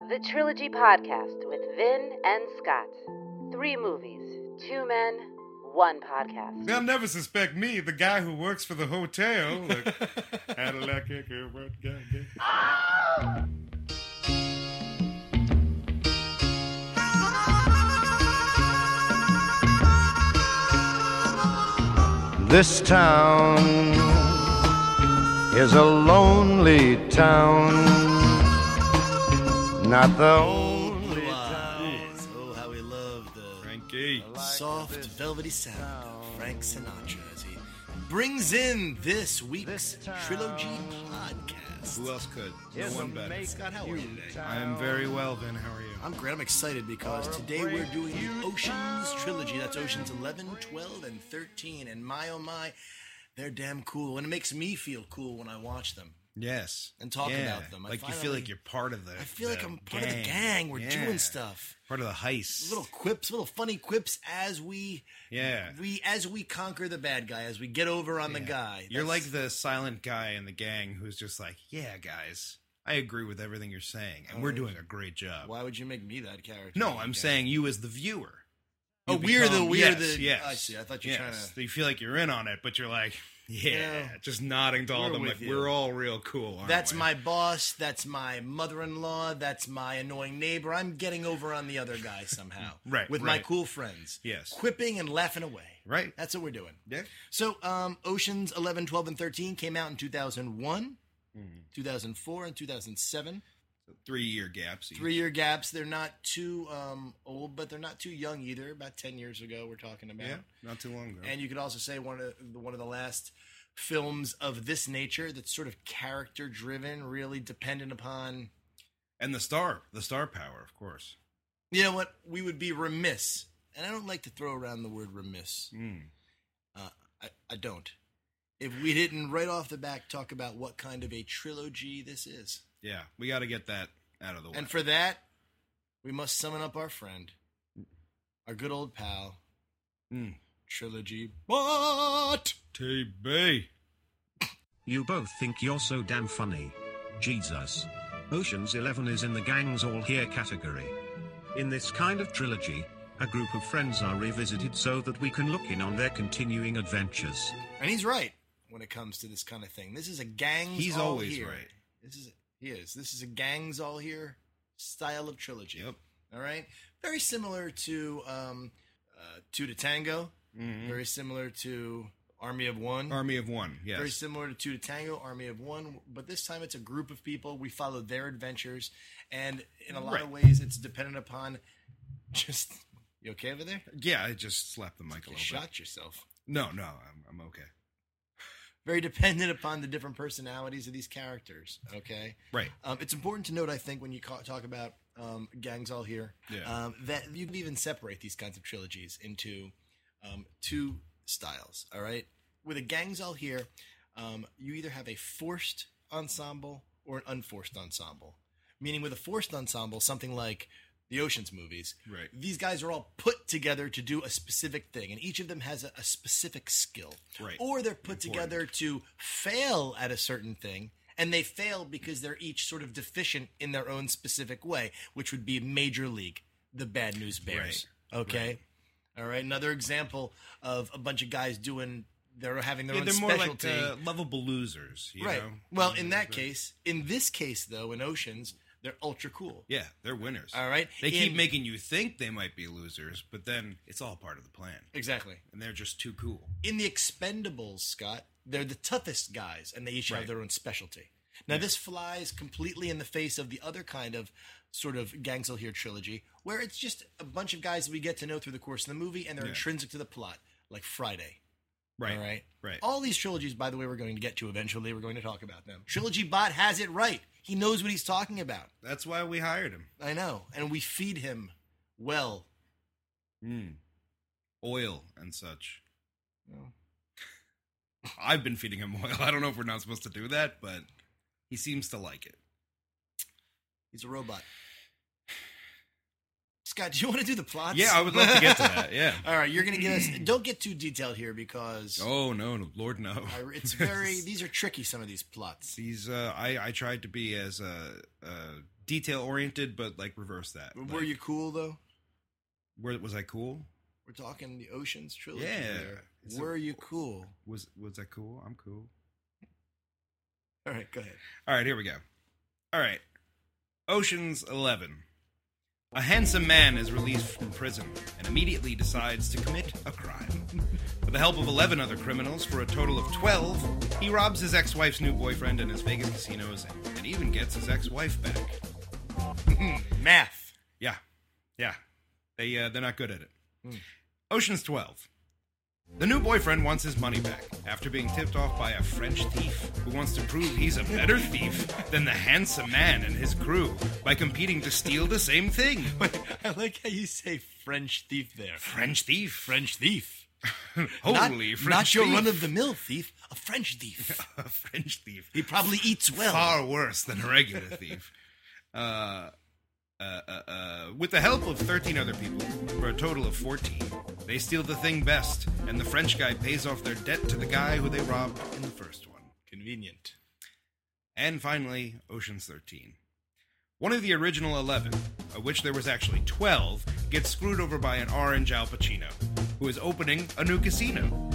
The Trilogy Podcast with Vin and Scott. Three movies, two men, one podcast. They'll never suspect me, the guy who works for the hotel. Like, had a luck, I could work, got it. This town is a lonely town, not the only town. Lies. Oh, how we love the ah, Frankie. soft, velvety sound of Frank Sinatra as he brings in this week's Trilogy Who podcast. else could? No Is a one better. Scott, how are you today? I am very well, Vin. How are you? I'm great. I'm excited because today we're doing the Oceans Trilogy. That's Oceans 11, 12, and 13. And my, oh my, they're damn cool. And it makes me feel cool when I watch them. Yes. And talk Yeah. about them. I Like you feel finally- like you're part of the. I feel like the I'm part of the gang. We're Yeah. doing stuff. Part of the heist. Little quips, little funny quips as we yeah. we as we conquer the bad guy, as we get over on the Yeah. guy. You're That's- like the silent guy in the gang who's just like, yeah, guys, I agree with everything you're saying, and we're Oh, doing a great job. Why would you make me that character? No, I'm Okay. saying you as the viewer. Oh, You we're the become- we're yes, the. Yes. I see. I thought you were yes. You feel like you're in on it, but you're like, yeah, Yeah. just nodding to all We're them with like you. we're all real cool. trying Aren't to. That's we? my boss. That's my mother-in-law. That's my annoying neighbor. I'm getting over on the other guy somehow. Right, With my right. cool friends. Yes. Quipping and laughing away. right. That's what we're doing. Yeah. So, um, Oceans 11, 12, and 13 came out in 2001, Mm-hmm. 2004, and 2007. Three year gaps. each. Three year gaps. They're not too um, old, but they're not too young either. About 10 years ago, we're talking about. Yeah. Not too long ago. And you could also say one of the, one of the last films of this nature that's sort of character driven, really dependent upon. And the star, the star power, of course. You know what? We would be remiss, and I don't like to throw around the word remiss. Mm. Uh, I, I don't. If we didn't right off the back talk about what kind of a trilogy this is, Yeah, we got to get that out of the way. and for that, we must summon up our friend, our good old pal, Mm. trilogy bot. TB. You both think you're so damn funny. Jesus. Ocean's Eleven is in the gang's all here category. In this kind of trilogy, a group of friends are revisited so that we can look in on their continuing adventures. And he's right when it comes to this kind of thing. This is a gangs. He's all always here. right. This is he is. This is a gangs all here style of trilogy. Yep. All right. Very similar to um, uh, Two to Tango. Very similar to Army of One. Mm-hmm. Army of One. Yes. Very similar to Two to Tango, Army of One, but this time it's a group of people. We follow their adventures, and in a lot of ways, it's dependent upon just. You okay over there? yeah, I just slapped the mic a You little bit. shot yourself. No, no, I'm, I'm okay. very dependent upon the different personalities of these characters. Okay, Right. um, it's important to note, I think, when you ca- talk about um, gangs all here, Yeah. um, that you can even separate these kinds of trilogies into um, two styles. All right, with a gangs all here, um, you either have a forced ensemble or an unforced ensemble. Meaning, with a forced ensemble, something like the Ocean's movies, Right. These guys are all put together to do a specific thing, and each of them has a, a specific skill, Right. Or they're put together to fail at a certain thing and they fail because they're each sort of deficient in their own specific way which would be major league the bad news bears okay all right another example of a bunch of guys doing they're having their Yeah, own they're more specialty like uh, lovable losers, you right know? Mm-hmm. well in that case in this case though in oceans they're ultra cool Yeah, they're winners. all right They keep In- making you think they might be losers, but then it's all part of the plan. exactly And they're just too cool. in the Expendables, Scott, they're the toughest guys, and they each have Right. their own specialty. Now, this flies completely in the face of the other kind of sort of Gangs Hill here trilogy, where it's just a bunch of guys that we get to know through the course of the movie, and they're Yeah. intrinsic to the plot, like Friday. Right. All right. Right. All these trilogies, by the way, we're going to get to eventually. We're going to talk about them. Trilogy Bot has it right. He knows what he's talking about. That's why we hired him. I know. And we feed him well. Mm. Oil and such. I've been feeding him oil. I don't know if we're not supposed to do that, but he seems to like it. He's a robot. Scott, do you want to do the plots? Yeah, I would love to get to that. Yeah. All right, you're gonna give us. Don't get too detailed here because Oh no, no Lord no. I- it's very. These are tricky. Some of these plots. These uh, I I tried to be as uh, uh, detail oriented, but like reverse that. Were Like, you cool though? Where was I cool? We're talking the Ocean's trilogy. Yeah. here. It's a- Were you cool? Was was I cool? I'm cool. All right, go ahead. All right, here we go. All right. Ocean's 11. A handsome man is released from prison and immediately decides to commit a crime. With the help of 11 other criminals, for a total of 12, he robs his ex wife's new boyfriend in his Vegas casinos and, and even gets his ex wife back. Math. Yeah, yeah. They, uh, they're not good at it. Hmm. Ocean's 12. The new boyfriend wants his money back after being tipped off by a French thief who wants to prove he's a better thief than the handsome man and his crew by competing to steal the same thing. I like how you say French thief there. French thief. French thief. Holy not, French Not your thief. run of the mill thief, a French thief. a French thief. he probably eats well. Far worse than a regular thief. Uh, uh, uh, uh, with the help of 13 other people, for a total of 14, they steal the thing best, and the French guy pays off their debt to the guy who they robbed in the first one. Convenient. And finally, Ocean's 13. One of the original 11, of which there was actually 12, gets screwed over by an orange Al Pacino, who is opening a new casino.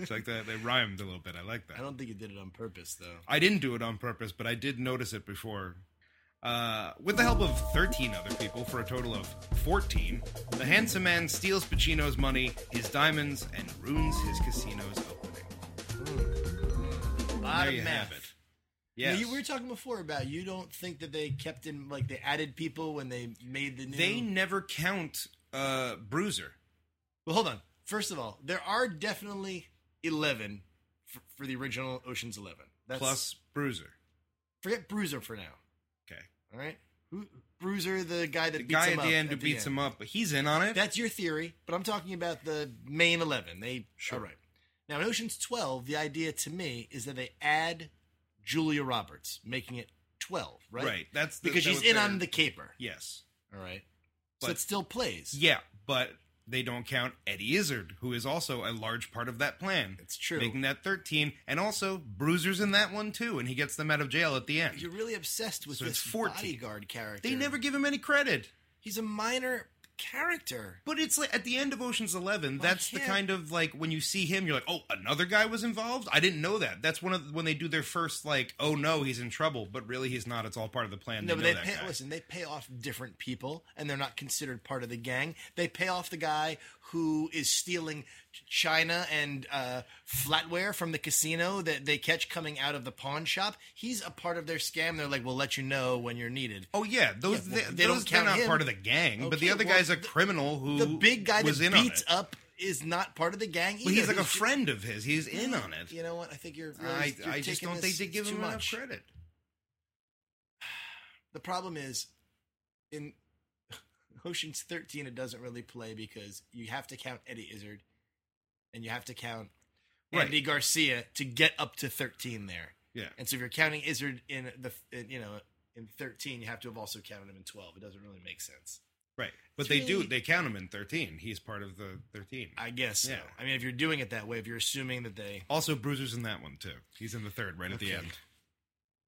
It's like they, they rhymed a little bit. I like that. I don't think you did it on purpose though. I didn't do it on purpose, but I did notice it before. Uh, with the help of 13 other people for a total of 14, the handsome man steals Pacino's money, his diamonds, and ruins his casino's opening. A lot There of you math. have it. Yes. You, we were talking before about you don't think that they kept in like they added people when they made the new. they never count uh, Bruiser. well, hold on. First of all, there are definitely eleven for, for the original Ocean's Eleven. That's, plus Bruiser. forget Bruiser for now. Okay. All right, Who, Bruiser, the guy that The beats guy him at the up end who at beats him up, but he's in on it. That's your theory, but I'm talking about the main 11. They Sure. all right. Now in Ocean's 12, the idea to me is that they add Julia Roberts, making it 12, right? Right, that's the- because that she's was in their- on the caper. yes. All right. so But- it still plays. Yeah, but they don't count Eddie Izzard, who is also a large part of that plan. It's true. Making that 13. And also, Bruiser's in that one too, and he gets them out of jail at the end. You're really obsessed with So this it's 14. bodyguard character. they never give him any credit. He's a minor character. But it's like at the end of Ocean's Eleven, Well, I that's the can't- kind of like when you see him, you're like, oh, another guy was involved? I didn't know that. That's one of the, when they do their first, like, oh no, he's in trouble, but really he's not. It's all part of the plan. they No, but know they that pay, guy. listen. They pay off different people, and they're not considered part of the gang. They pay off the guy who is stealing ch- china and uh, flatware from the casino that they catch coming out of the pawn shop. He's a part of their scam. They're like, "We'll let you know when you're needed." Oh yeah, those Yeah, well, they, they those don't they're count not him. part of the gang, but the Okay, other well, guy's a the- criminal who the big guy was that in on beats it. up is not part of the gang. Either. But he's like a ju- friend of his. He's in on it. You know what? I think you're. Really, I, you're I just taking don't think this they give too him much enough credit. The problem is, in Ocean's 13, it doesn't really play because you have to count Eddie Izzard and you have to count Right. Andy Garcia to get up to 13 there. Yeah. And so if you're counting Izzard in the, in, you know, in 13, you have to have also counted him in 12. It doesn't really make sense. Right. But It's they do really- they count him in 13. He's part of the 13. I guess so. Yeah. I mean, if you're doing it that way, if you're assuming that they. also Bruiser's in that one too. He's in the third right at the Okay.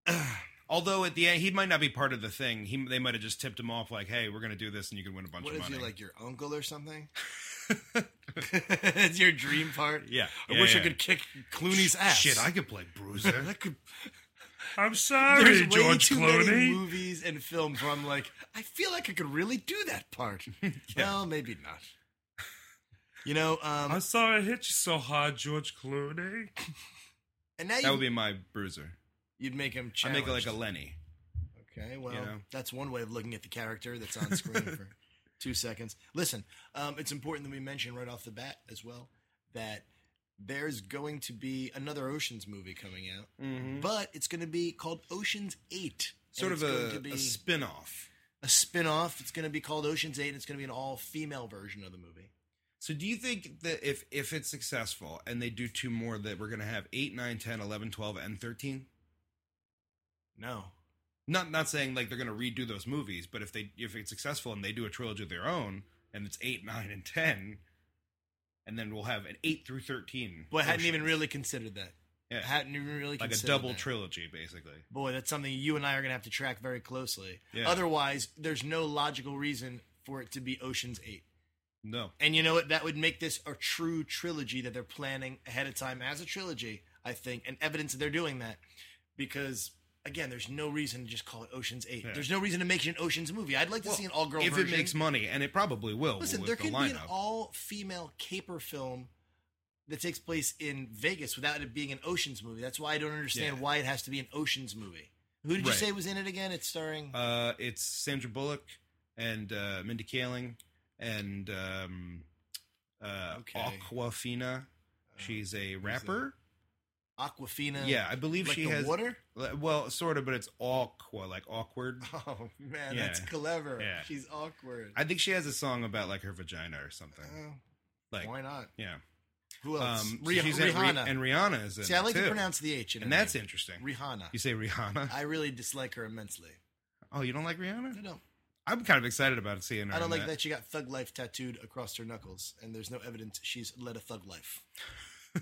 end. Although at the end he might not be part of the thing. He they might have just tipped him off like, "Hey, we're going to do this and you can win a bunch What of if money." you're like your uncle or something? That's your dream part. Yeah. I Yeah, wish yeah. I could kick Clooney's ass. Shit, I could play Bruiser. I could I'm There's sorry, way George too many Clooney. movies and films where I'm like, I feel like I could really do that part. Well, maybe not. You know, um, I'm sorry I hit you so hard, George Clooney. and now that would you, be my Bruiser. you'd make him I challenged. make it like a Lenny. okay. Well, you know. that's one way of looking at the character that's on screen for two seconds. Listen, um, it's important that we mention right off the bat as well that there's going to be another Ocean's movie coming out, but it's going to be called Ocean's Eight. Mm-hmm. and Sort of it's going a, to be- a spin-off. a spin-off. It's going to be called Ocean's 8 and it's going to be an all-female version of the movie. So do you think that if if it's successful and they do two more that we're going to have 8 9 10 11 12 and 13? No. Not not saying like they're going to redo those movies, but if they if it's successful and they do a trilogy of their own and it's 8 9 and 10 and then we'll have an 8 through 13. Well, I hadn't version. even really considered that. Yeah. Hadn't even really like a considered double that. trilogy, basically. Boy, that's something you and I are going to have to track very closely. Yeah. Otherwise, there's no logical reason for it to be Ocean's 8. No. And you know what? That would make this a true trilogy that they're planning ahead of time as a trilogy, I think, and evidence that they're doing that. Because, again, there's no reason to just call it Ocean's 8. Yeah. There's no reason to make it an Ocean's movie. I'd like to see an all girl if version. it makes money, and it probably will. Listen, with there the can be an lineup. all female caper film that takes place in Vegas without it being an Ocean's movie. That's why I don't understand Yeah. why it has to be an Ocean's movie. Who did you Right. say was in it again? It's starring. Uh, it's Sandra Bullock and uh, Mindy Kaling and um, uh, Okay. Uh, Aquafina. She's a rapper. Aquafina. Yeah, I believe like she the has water? Le- Well, sort of, but it's aqua, like awkward. Oh man, Yeah. that's clever. Yeah. She's awkward. I think she has a song about like her vagina or something. Oh, Like, why not? yeah. Who else? Um, Rih- she's in- Rihanna. and Rihanna is in See, I it, like to too. pronounce the H in and her that's name. interesting. Rihanna. You say Rihanna? I really dislike her immensely. oh, you don't like I Rihanna? don't. I'm kind of excited about seeing her. I don't in like that she got thug life tattooed across her knuckles, and there's no evidence she's led a thug life.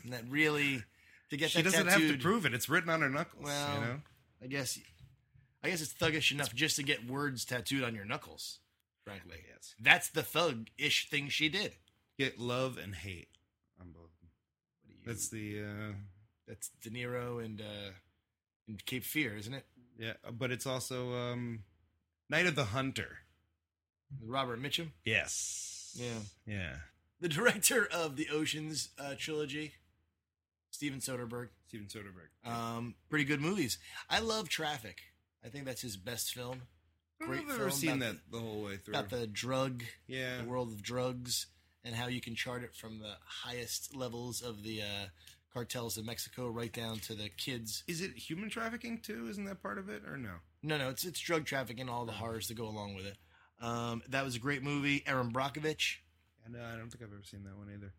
and that really, to get She that doesn't tattooed, have to prove it. It's written on her knuckles. Well, you know? I guess, I guess it's thuggish enough just to get words tattooed on your knuckles. Frankly, Yes. that's the thug-ish thing she did. Get love and hate on both. That's the uh, That's De Niro and uh, and Cape Fear, isn't it? yeah, but it's also um, Night of the Hunter. Robert Mitchum, Yes. Yeah. Yeah. the director of the Ocean's uh, trilogy, Steven Soderbergh. Steven Soderbergh. Um, pretty good movies. I love Traffic. I think that's his best film. I Great don't know if I've ever film seen about that the, whole way through. About the drug, Yeah. the world of drugs, and how you can chart it from the highest levels of the uh, cartels in Mexico right down to the kids. Is it human trafficking too? Isn't that part of it or no? No, no, it's it's drug trafficking and all the horrors that go along with it. Um, that was a great movie. Aaron Brockovich. Yeah, No, I don't think I've ever seen that one either.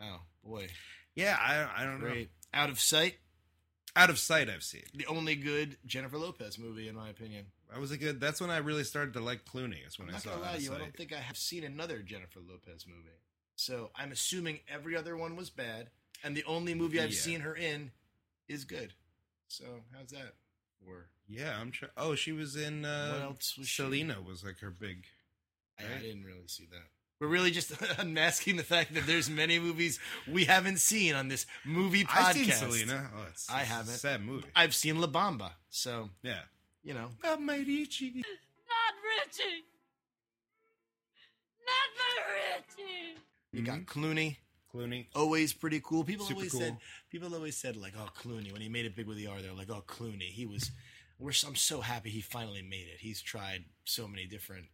Oh boy, Yeah, I, I don't know. great. Out of sight. Out of sight, I've seen. The only good Jennifer Lopez movie, in my opinion. I was a good. That's when I really started to like Clooney. Is when I I'm not saw gonna Out lie of to you, I Sight. don't think I have seen another Jennifer Lopez movie. So I'm assuming every other one was bad, and the only movie I've Yeah. seen her in is good. So how's that? Or Yeah, I'm sure. Oh, she was in. Uh, What else was she- Selena was like her big. I- I Right. didn't really see that. We're really just unmasking the fact that there's many movies we haven't seen on this movie podcast. I've seen Selena. Oh, it's, I it's a haven't. Sad movie. I've seen La Bamba, so yeah. you know Not my Richie. Not Richie! Not my Richie! you got Mm-hmm. Clooney. Clooney. always pretty cool. People Super always said cool. people always said like, oh Clooney when he made it big with the R, they're like, oh Clooney, he was. We're so, I'm so happy he finally made it. He's tried so many different,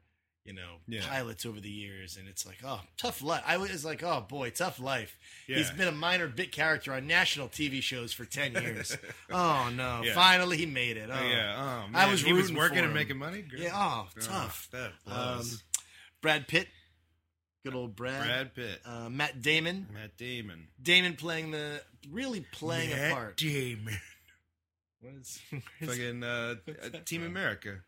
you know, Yeah. pilots over the years, and it's like, oh, tough life. I was like, oh boy, tough life. He's Yeah. been a minor bit character on national TV shows for ten years. oh no, Yeah. finally he made it. Oh, Oh. yeah. Oh man. I was he was rooting working for and him. making money. Good. Yeah, oh, tough. That Um, blows. Brad Pitt, good old Brad. Brad Pitt. Uh, Matt Damon. Matt Damon. Damon playing the really playing Matt a part. Damon. What is, Fucking uh, What's uh, that Team from? America.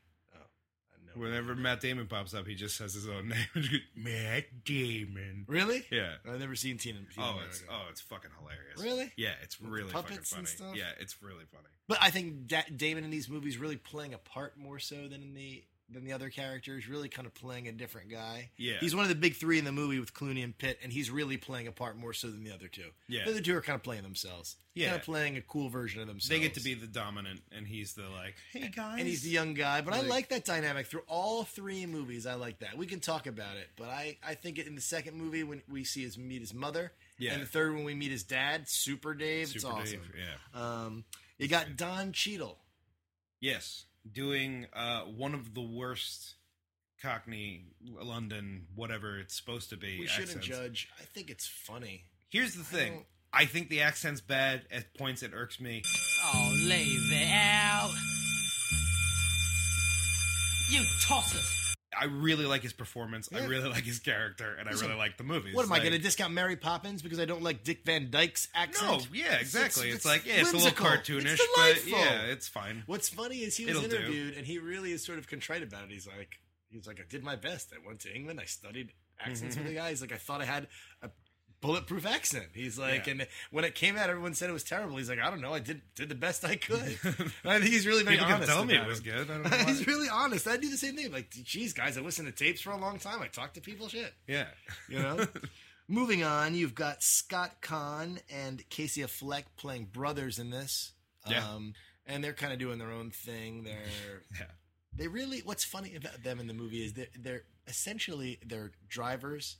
Whenever Matt Damon pops up, he just says his own name. Matt Damon. Really? Yeah. I've never seen Teen. Teen Oh, it's America. oh, it's fucking hilarious. Really? Yeah, it's With the really fucking puppets funny. and stuff? Yeah, it's really funny. But I think da- Damon in these movies really playing a part more so than in the than the other characters. Really kind of playing a different guy. Yeah. He's one of the big three in the movie with Clooney and Pitt, and he's really playing a part more so than the other two. Yeah. The other two are kind of playing themselves. Yeah. Kind of playing a cool version of themselves. They get to be the dominant, and he's the like, hey guys, And he's the young guy, but I Like- like that dynamic through all three movies. I like that. We can talk about it, but I, I think in the second movie when we see his meet his mother, Yeah. and the third one we meet his dad, Super Dave. it's Super awesome. Dave, yeah. Um, you got Don Cheadle. Yes, doing uh, one of the worst Cockney, London, whatever it's supposed to be. We shouldn't accents. judge. I think it's funny. Here's the thing: don't- I, think the accent's bad. At points, it irks me. Oh, leave it out. You tosses. I really like his performance. I Yeah. really like his character, and Listen, I really like the movie. what It's am I like- going to discount Mary Poppins because I don't like Dick Van Dyke's No, accent? yeah, exactly. It's, like yeah, it's whimsical. a little cartoonish, It's but delightful. yeah, it's fine. What's funny is he was It'll do. interviewed, and he really is sort of contrite about it. He's like, Mm-hmm. he's like, I did my best. I went to England. I studied accents with the guy. He's like, I thought I had a bulletproof accent. He's like, Yeah. and when it came out, everyone said it was terrible. He's like, I don't know, I did did the best I could. I think he's really very People can honest. tell me it about was good. I don't know he's why. really honest. I do the same thing. Like, geez, guys, I listened to tapes for a long time. I talked to people, shit. Yeah. You know. Moving on, you've got Scott Kahn and Casey Affleck playing brothers in this. Yeah. Um, and they're kind of doing their own thing. They're Yeah. they really what's funny about them in the movie is that they're essentially they're drivers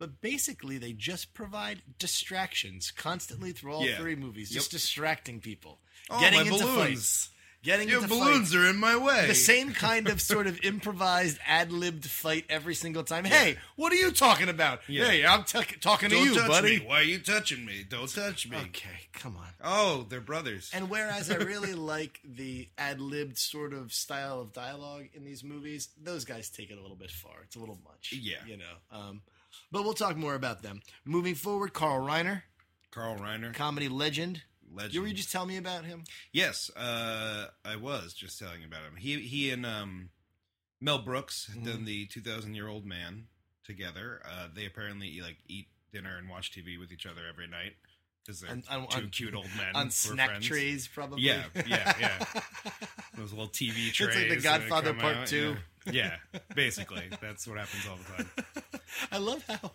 but basically they just provide distractions constantly through all Yeah. three movies just Yep. distracting people Oh, my balloons. fights getting Your into balloons fights. are in my way. the same kind of sort of improvised ad-libbed fight every single time hey what are you talking about Yeah. hey i'm tuck- talking Don't to you touch buddy me. Why are you touching me? Don't touch me. okay come on Oh, they're brothers. And whereas I really like the ad libbed sort of style of dialogue in these movies, those guys take it a little bit far. It's a little much. Yeah. You know. Um, but we'll talk more about them. Moving forward, Carl Reiner, Carl Reiner, comedy legend. legend. You were you just telling me about him? Yes, uh, I was just telling about him. He he and um, Mel Brooks had Mm-hmm. done the two thousand year old man together. Uh, they apparently like eat dinner and watch TV with each other every night because they're On- on- two uh, on- cute old men On who are snack friends. trays, probably. Yeah, yeah, yeah. Those little TV like trays. The that they Godfather come Part out, Two. Yeah. yeah, basically that's what happens all the time. I love how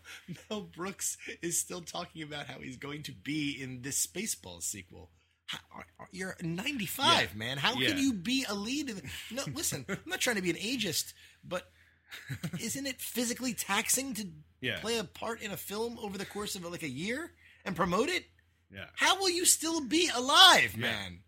Mel Brooks is still talking about how he's going to be in this Spaceballs sequel. How, are- are- you're 95, Yeah. man. How Yeah. can you be a lead? In, no, listen, I'm not trying to be an ageist, but isn't it physically taxing to Yeah. play a part in a film over the course of like a year and promote it? Yeah, How will you still be alive, Yeah. man?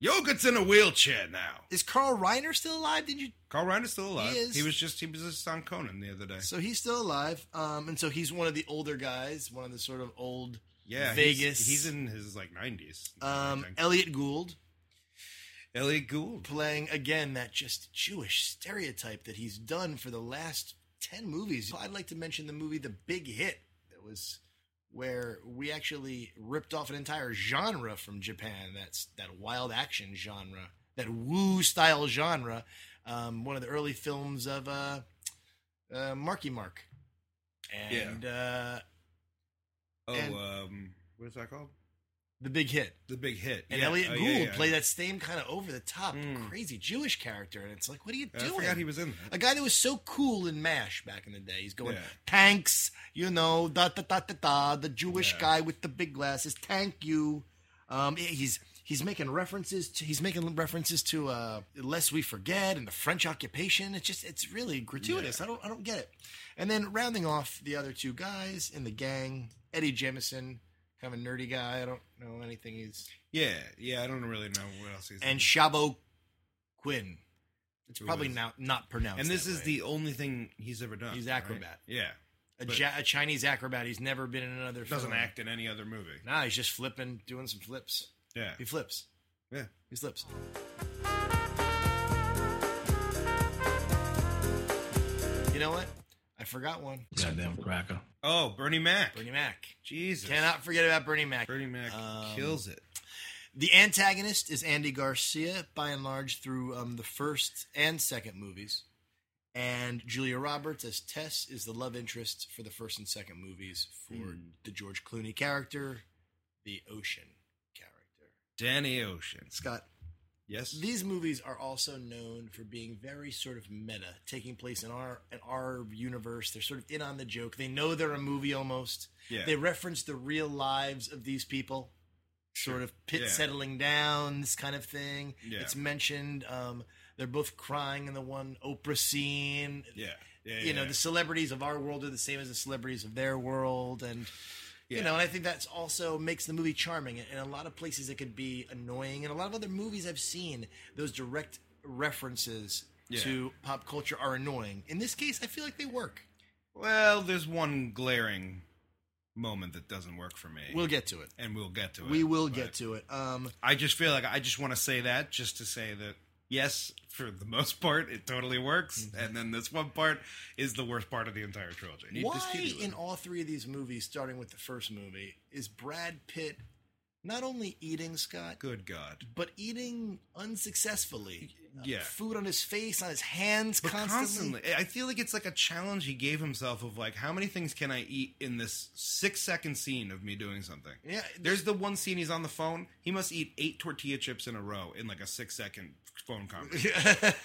Yogurt's in a wheelchair now. Is Carl Reiner still alive? Did you? Carl Reiner's still alive. is. was just he was just on Conan the other day. So he's still alive, um, and so he's one of the older guys, one of the sort of old. yeah, Vegas. He's, he's in his like nineties. Um, Elliot Gould, Elliot Gould. playing again that just Jewish stereotype that he's done for the last 10 movies. I'd like to mention the movie The Big Hit that was where we actually ripped off an entire genre from Japan. That's that wild action genre, that woo style genre. Um, one of the early films of uh, uh, Marky Mark. And uh, Oh, and- um, what is that called? The Big Hit. The Big Hit. And Yeah. Elliot Oh, Gould yeah, yeah. played that same kind of over the top, Mm. crazy Jewish character. And it's like, what are you I doing? forgot he was in that. A guy that was so cool in MASH back in the day. He's going, Yeah. tanks, you know, da da da da da, the Jewish Yeah. guy with the big glasses, tank you. Um, he's he's making references to he's making references to uh lest we forget and the French occupation. It's just it's really gratuitous. I don't I don't get it. And then rounding off the other two guys in the gang, Eddie Jamison, kind of a nerdy guy. I don't know anything he's Yeah, yeah. I don't really know what else he's. in. and Shabo Quinn. It's Who probably is- now not pronounced. and this that is way. the only thing he's ever done. He's right? acrobat. Yeah, a, But- ja- a Chinese acrobat. He's never been in another. doesn't film. act in any other movie. Nah, he's just flipping, doing some flips. Yeah, He flips. yeah. He slips. You know what? I forgot one. Goddamn cracker. Oh, Bernie Mac. Bernie Mac. Jesus, Cannot forget about Bernie Mac. Bernie Mac Um, kills it. The antagonist is Andy Garcia, by and large, through um, the first and second movies. And Julia Roberts as Tess is the love interest for the first and second movies for the George Clooney character, the Ocean character. Danny Ocean. Scott, Yes. these movies are also known for being very sort of meta, taking place in our in our universe. They're sort of in on the joke. They know they're a movie almost. Yeah. They reference the real lives of these people, sort of pit Yeah. settling down, this kind of thing. Yeah. It's mentioned. Um, they're both crying in the one Oprah scene. yeah. Yeah, You know, yeah. the celebrities of our world are the same as the celebrities of their world, and Yeah. you know, and I think that's also makes the movie charming. In a lot of places, it could be annoying. In a lot of other movies I've seen, those direct references Yeah. to pop culture are annoying. In this case, I feel like they work. Well, there's one glaring moment that doesn't work for me. We'll get to it. and we'll get to it. We will but get to it. Um, I just feel like I just want to say that just to say that yes, for the most part, it totally works, Mm-hmm. and then this one part is the worst part of the entire trilogy. And you just keep why doing in it. all three of these movies, starting with the first movie, is Brad Pitt not only eating Scott Good God. but eating unsuccessfully? Uh, yeah. food on his face, on his hands, But constantly. constantly. I feel like it's like a challenge he gave himself of like, how many things can I eat in this six second scene of me doing something? Yeah, There's the one scene he's on the phone. He must eat eight tortilla chips in a row in like a six second phone conversation.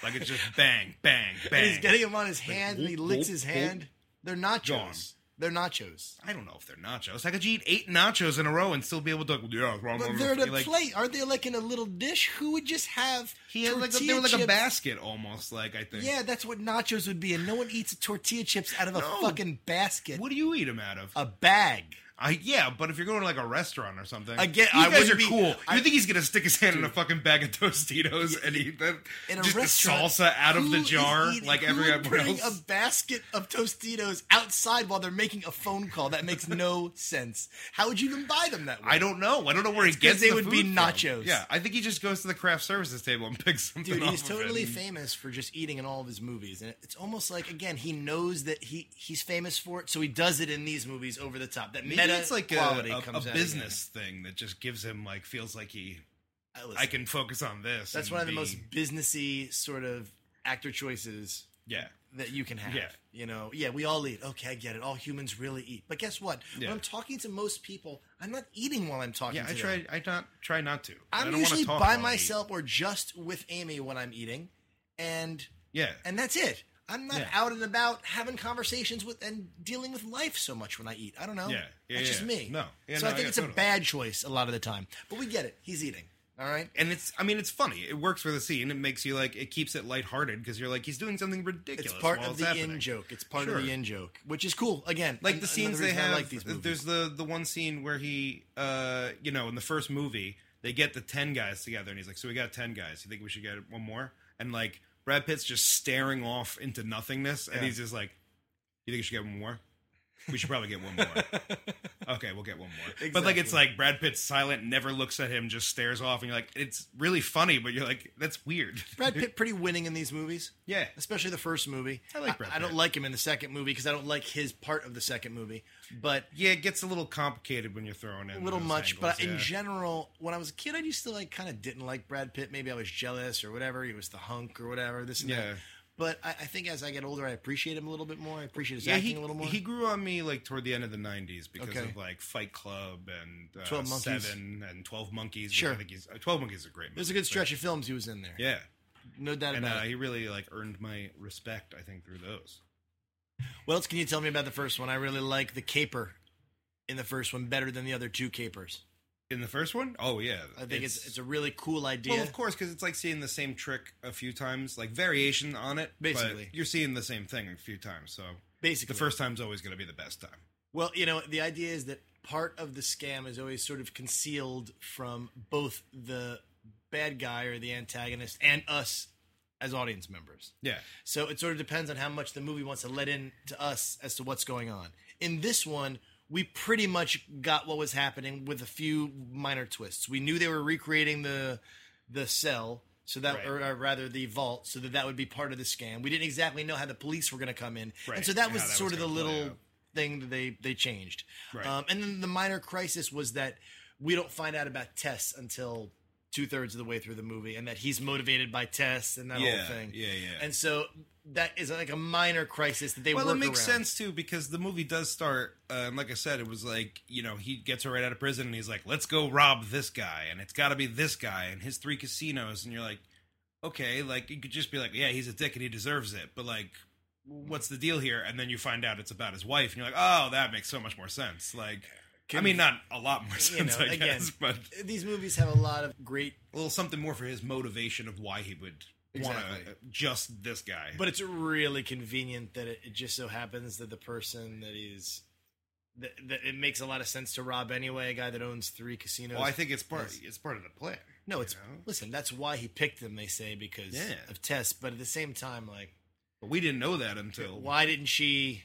like it's just bang, bang, and bang. he's getting him on his hand, and he whoop, licks whoop, his whoop. hand. They're nachos. Gone. They're nachos. I don't know if they're nachos. How could you eat eight nachos in a row and still be able to? Yeah, wrong. But they're in a plate. Aren't they like in a little dish? Who would just have He had like a, they were like a tortilla chips? basket almost. Like I think. Yeah, that's what nachos would be, and no one eats tortilla chips out of a No. fucking basket. What do you eat them out of? a bag. I yeah, but if you're going to like a restaurant or something, Again, you I guys would are be- cool. I- you think he's gonna stick his hand in a fucking bag of Tostitos and eat them? in a just the restaurant, salsa out of who the is jar, eating- like who would everyone bring else. A basket of Tostitos outside while they're making a phone call. That makes no sense. How would you even buy them that way? I don't know. I don't know where he 'cause gets. they the would be food from. nachos. Yeah, I think he just goes to the craft services table and picks something. Dude, off he's of it totally and- famous for just eating in all of his movies, and it's almost like again he knows that he he's famous for it, so he does it in these movies over the top. That Maybe meta it's like a, quality a, comes a out business thing that just gives him like feels like he Again. I can focus on this. That's and one of the be- most businessy sort of actor choices yeah. that you can have. Yeah. You know, yeah, we all eat. Okay, I get it. All humans really eat. But guess what? Yeah. When I'm talking to most people, I'm not eating while I'm talking Yeah, to I them. try. I not try not to. I I'm don't wanna usually talk by while I eat. myself or just with Amy when I'm eating. And Yeah, and that's it. I'm not Yeah. out and about having conversations with and dealing with life so much when I eat. I don't know. Yeah, yeah, That's just yeah. me. No. Yeah, so no, I I think got it's a totally. bad choice a lot of the time. But we get it. He's eating. All right. and it's i mean it's funny it works for the scene it makes you like it keeps it lighthearted because you're like he's doing something ridiculous It's part while of the happening. in joke. It's part Sure. of the in joke, which is cool. Again, like an- the another scenes they reason I have Like these movies. there's the the one scene where he uh you know in the first movie they get the 10 guys together and he's like so we got 10 guys you think we should get one more and like brad pitt's just staring off into nothingness and Yeah. he's just like you think we should get one more we should probably get one more okay we'll get one more but like it's Exactly. like brad pitt's silent never looks at him just stares off and you're like it's really funny but you're like that's weird Brad Pitt pretty winning in these movies. yeah Especially the first movie. I like Brad I, don't Pitt. like him in the second movie because I don't like his part of the second movie. But Yeah, it gets a little complicated when you're throwing in a little those much. but angles, in yeah. general, when I was a kid, I used to like kind of didn't like Brad Pitt. Maybe I was jealous or whatever. He was the hunk or whatever. This and Yeah. that. But I, I think as I get older, I appreciate him a little bit more. I appreciate his yeah, acting he a little more. he grew on me like toward the end of the '90s because Okay. of like Fight Club and uh, 12 Monkeys. Seven and Twelve Monkeys. which Sure. I think he's, uh, Twelve Monkeys is a great. Movie, There's a good but- stretch of films he was in there. Yeah, No doubt and about uh, it. he really like earned my respect. I think through those. What else can you tell me about the first one? I really like the caper in the first one better than the other two capers. In the first one, oh yeah, I think it's it's, a really cool idea. well, of course, because it's like seeing the same trick a few times, like variation on it. but Basically. you're seeing the same thing a few times. So Basically, the first time's always going to be the best time. Well, you know, the idea is that part of the scam is always sort of concealed from both the bad guy or the antagonist and us as audience members. Yeah, So it sort of depends on how much the movie wants to let in to us as to what's going on. In this one, we pretty much got what was happening with a few minor twists. We knew they were recreating the the cell, so that Right. or, or rather the vault, so that that would be part of the scam. We didn't exactly know how the police were going to come in, Right, and so that and was how that sort was of the gonna play little out. thing that they they changed. Right. Um, and then the minor crisis was that we don't find out about Tess until two thirds of the way through the movie, and that he's motivated by Tess and that Yeah, whole thing. yeah, yeah. And so that is like a minor crisis that they well, work it makes around. sense too because the movie does start, uh, and like I said, it was like you know he gets her right out of prison, and he's like, "Let's go rob this guy," and it's got to be this guy and his three casinos, and you're like, okay, like you could just be like, "Yeah, he's a dick and he deserves it," but like, what's the deal here? And then you find out it's about his wife, and you're like, "Oh, that makes so much more sense." Like, I Can- mean, not a lot more You know, sense, I again, guess, but these movies have a lot of great, a little something more for his motivation of why he would want Exactly. to just this guy. but it's really convenient that it, it just so happens that the person that is that, that it makes a lot of sense to rob anyway. A guy that owns three casinos. well, I think it's part it's part of the plan. no, you it's know? listen. That's why he picked them. They say because Yeah. of Tess, but at the same time, like But we didn't know that until why didn't she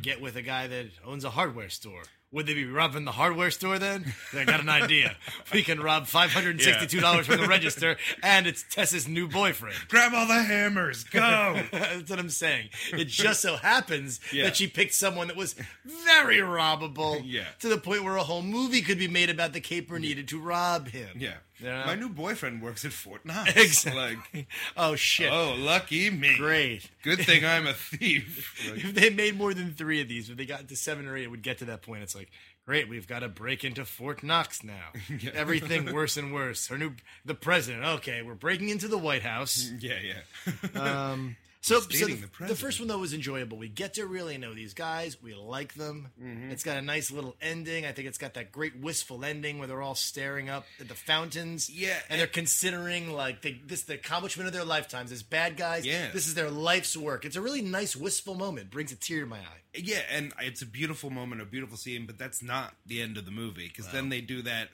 get with a guy that owns a hardware store? Would they be robbing the hardware store then? I got an idea. We can rob five hundred and sixty-two dollars from the register, and it's Tessa's new boyfriend. grab all the hammers, go. That's what I'm saying. It just so happens Yeah. that she picked someone that was very robbable, Yeah. to the point where a whole movie could be made about the caper needed to rob him. yeah, Yeah. My new boyfriend works at Fort Knox. Exactly. Like, oh shit! oh, lucky me. Great. Good thing I'm a thief. Like, If they made more than three of these, if they got to seven or eight, it would get to that point. It's like, great, we've got to break into Fort Knox now. Everything worse and worse. Her new, the president. Okay, we're breaking into the White House. yeah, yeah. Um, so, so Stating the the, the, president. first one though was enjoyable. We get to really know these guys. We like them. Mm-hmm. It's got a nice little ending. I think it's got that great wistful ending where they're all staring up at the fountains. Yeah, and they're and- considering like they, this the accomplishment of their lifetimes. As bad guys, Yeah. this is their life's work. It's a really nice wistful moment. Brings a tear to my eye. yeah, and it's a beautiful moment, a beautiful scene, but that's not the end of the movie because then they do that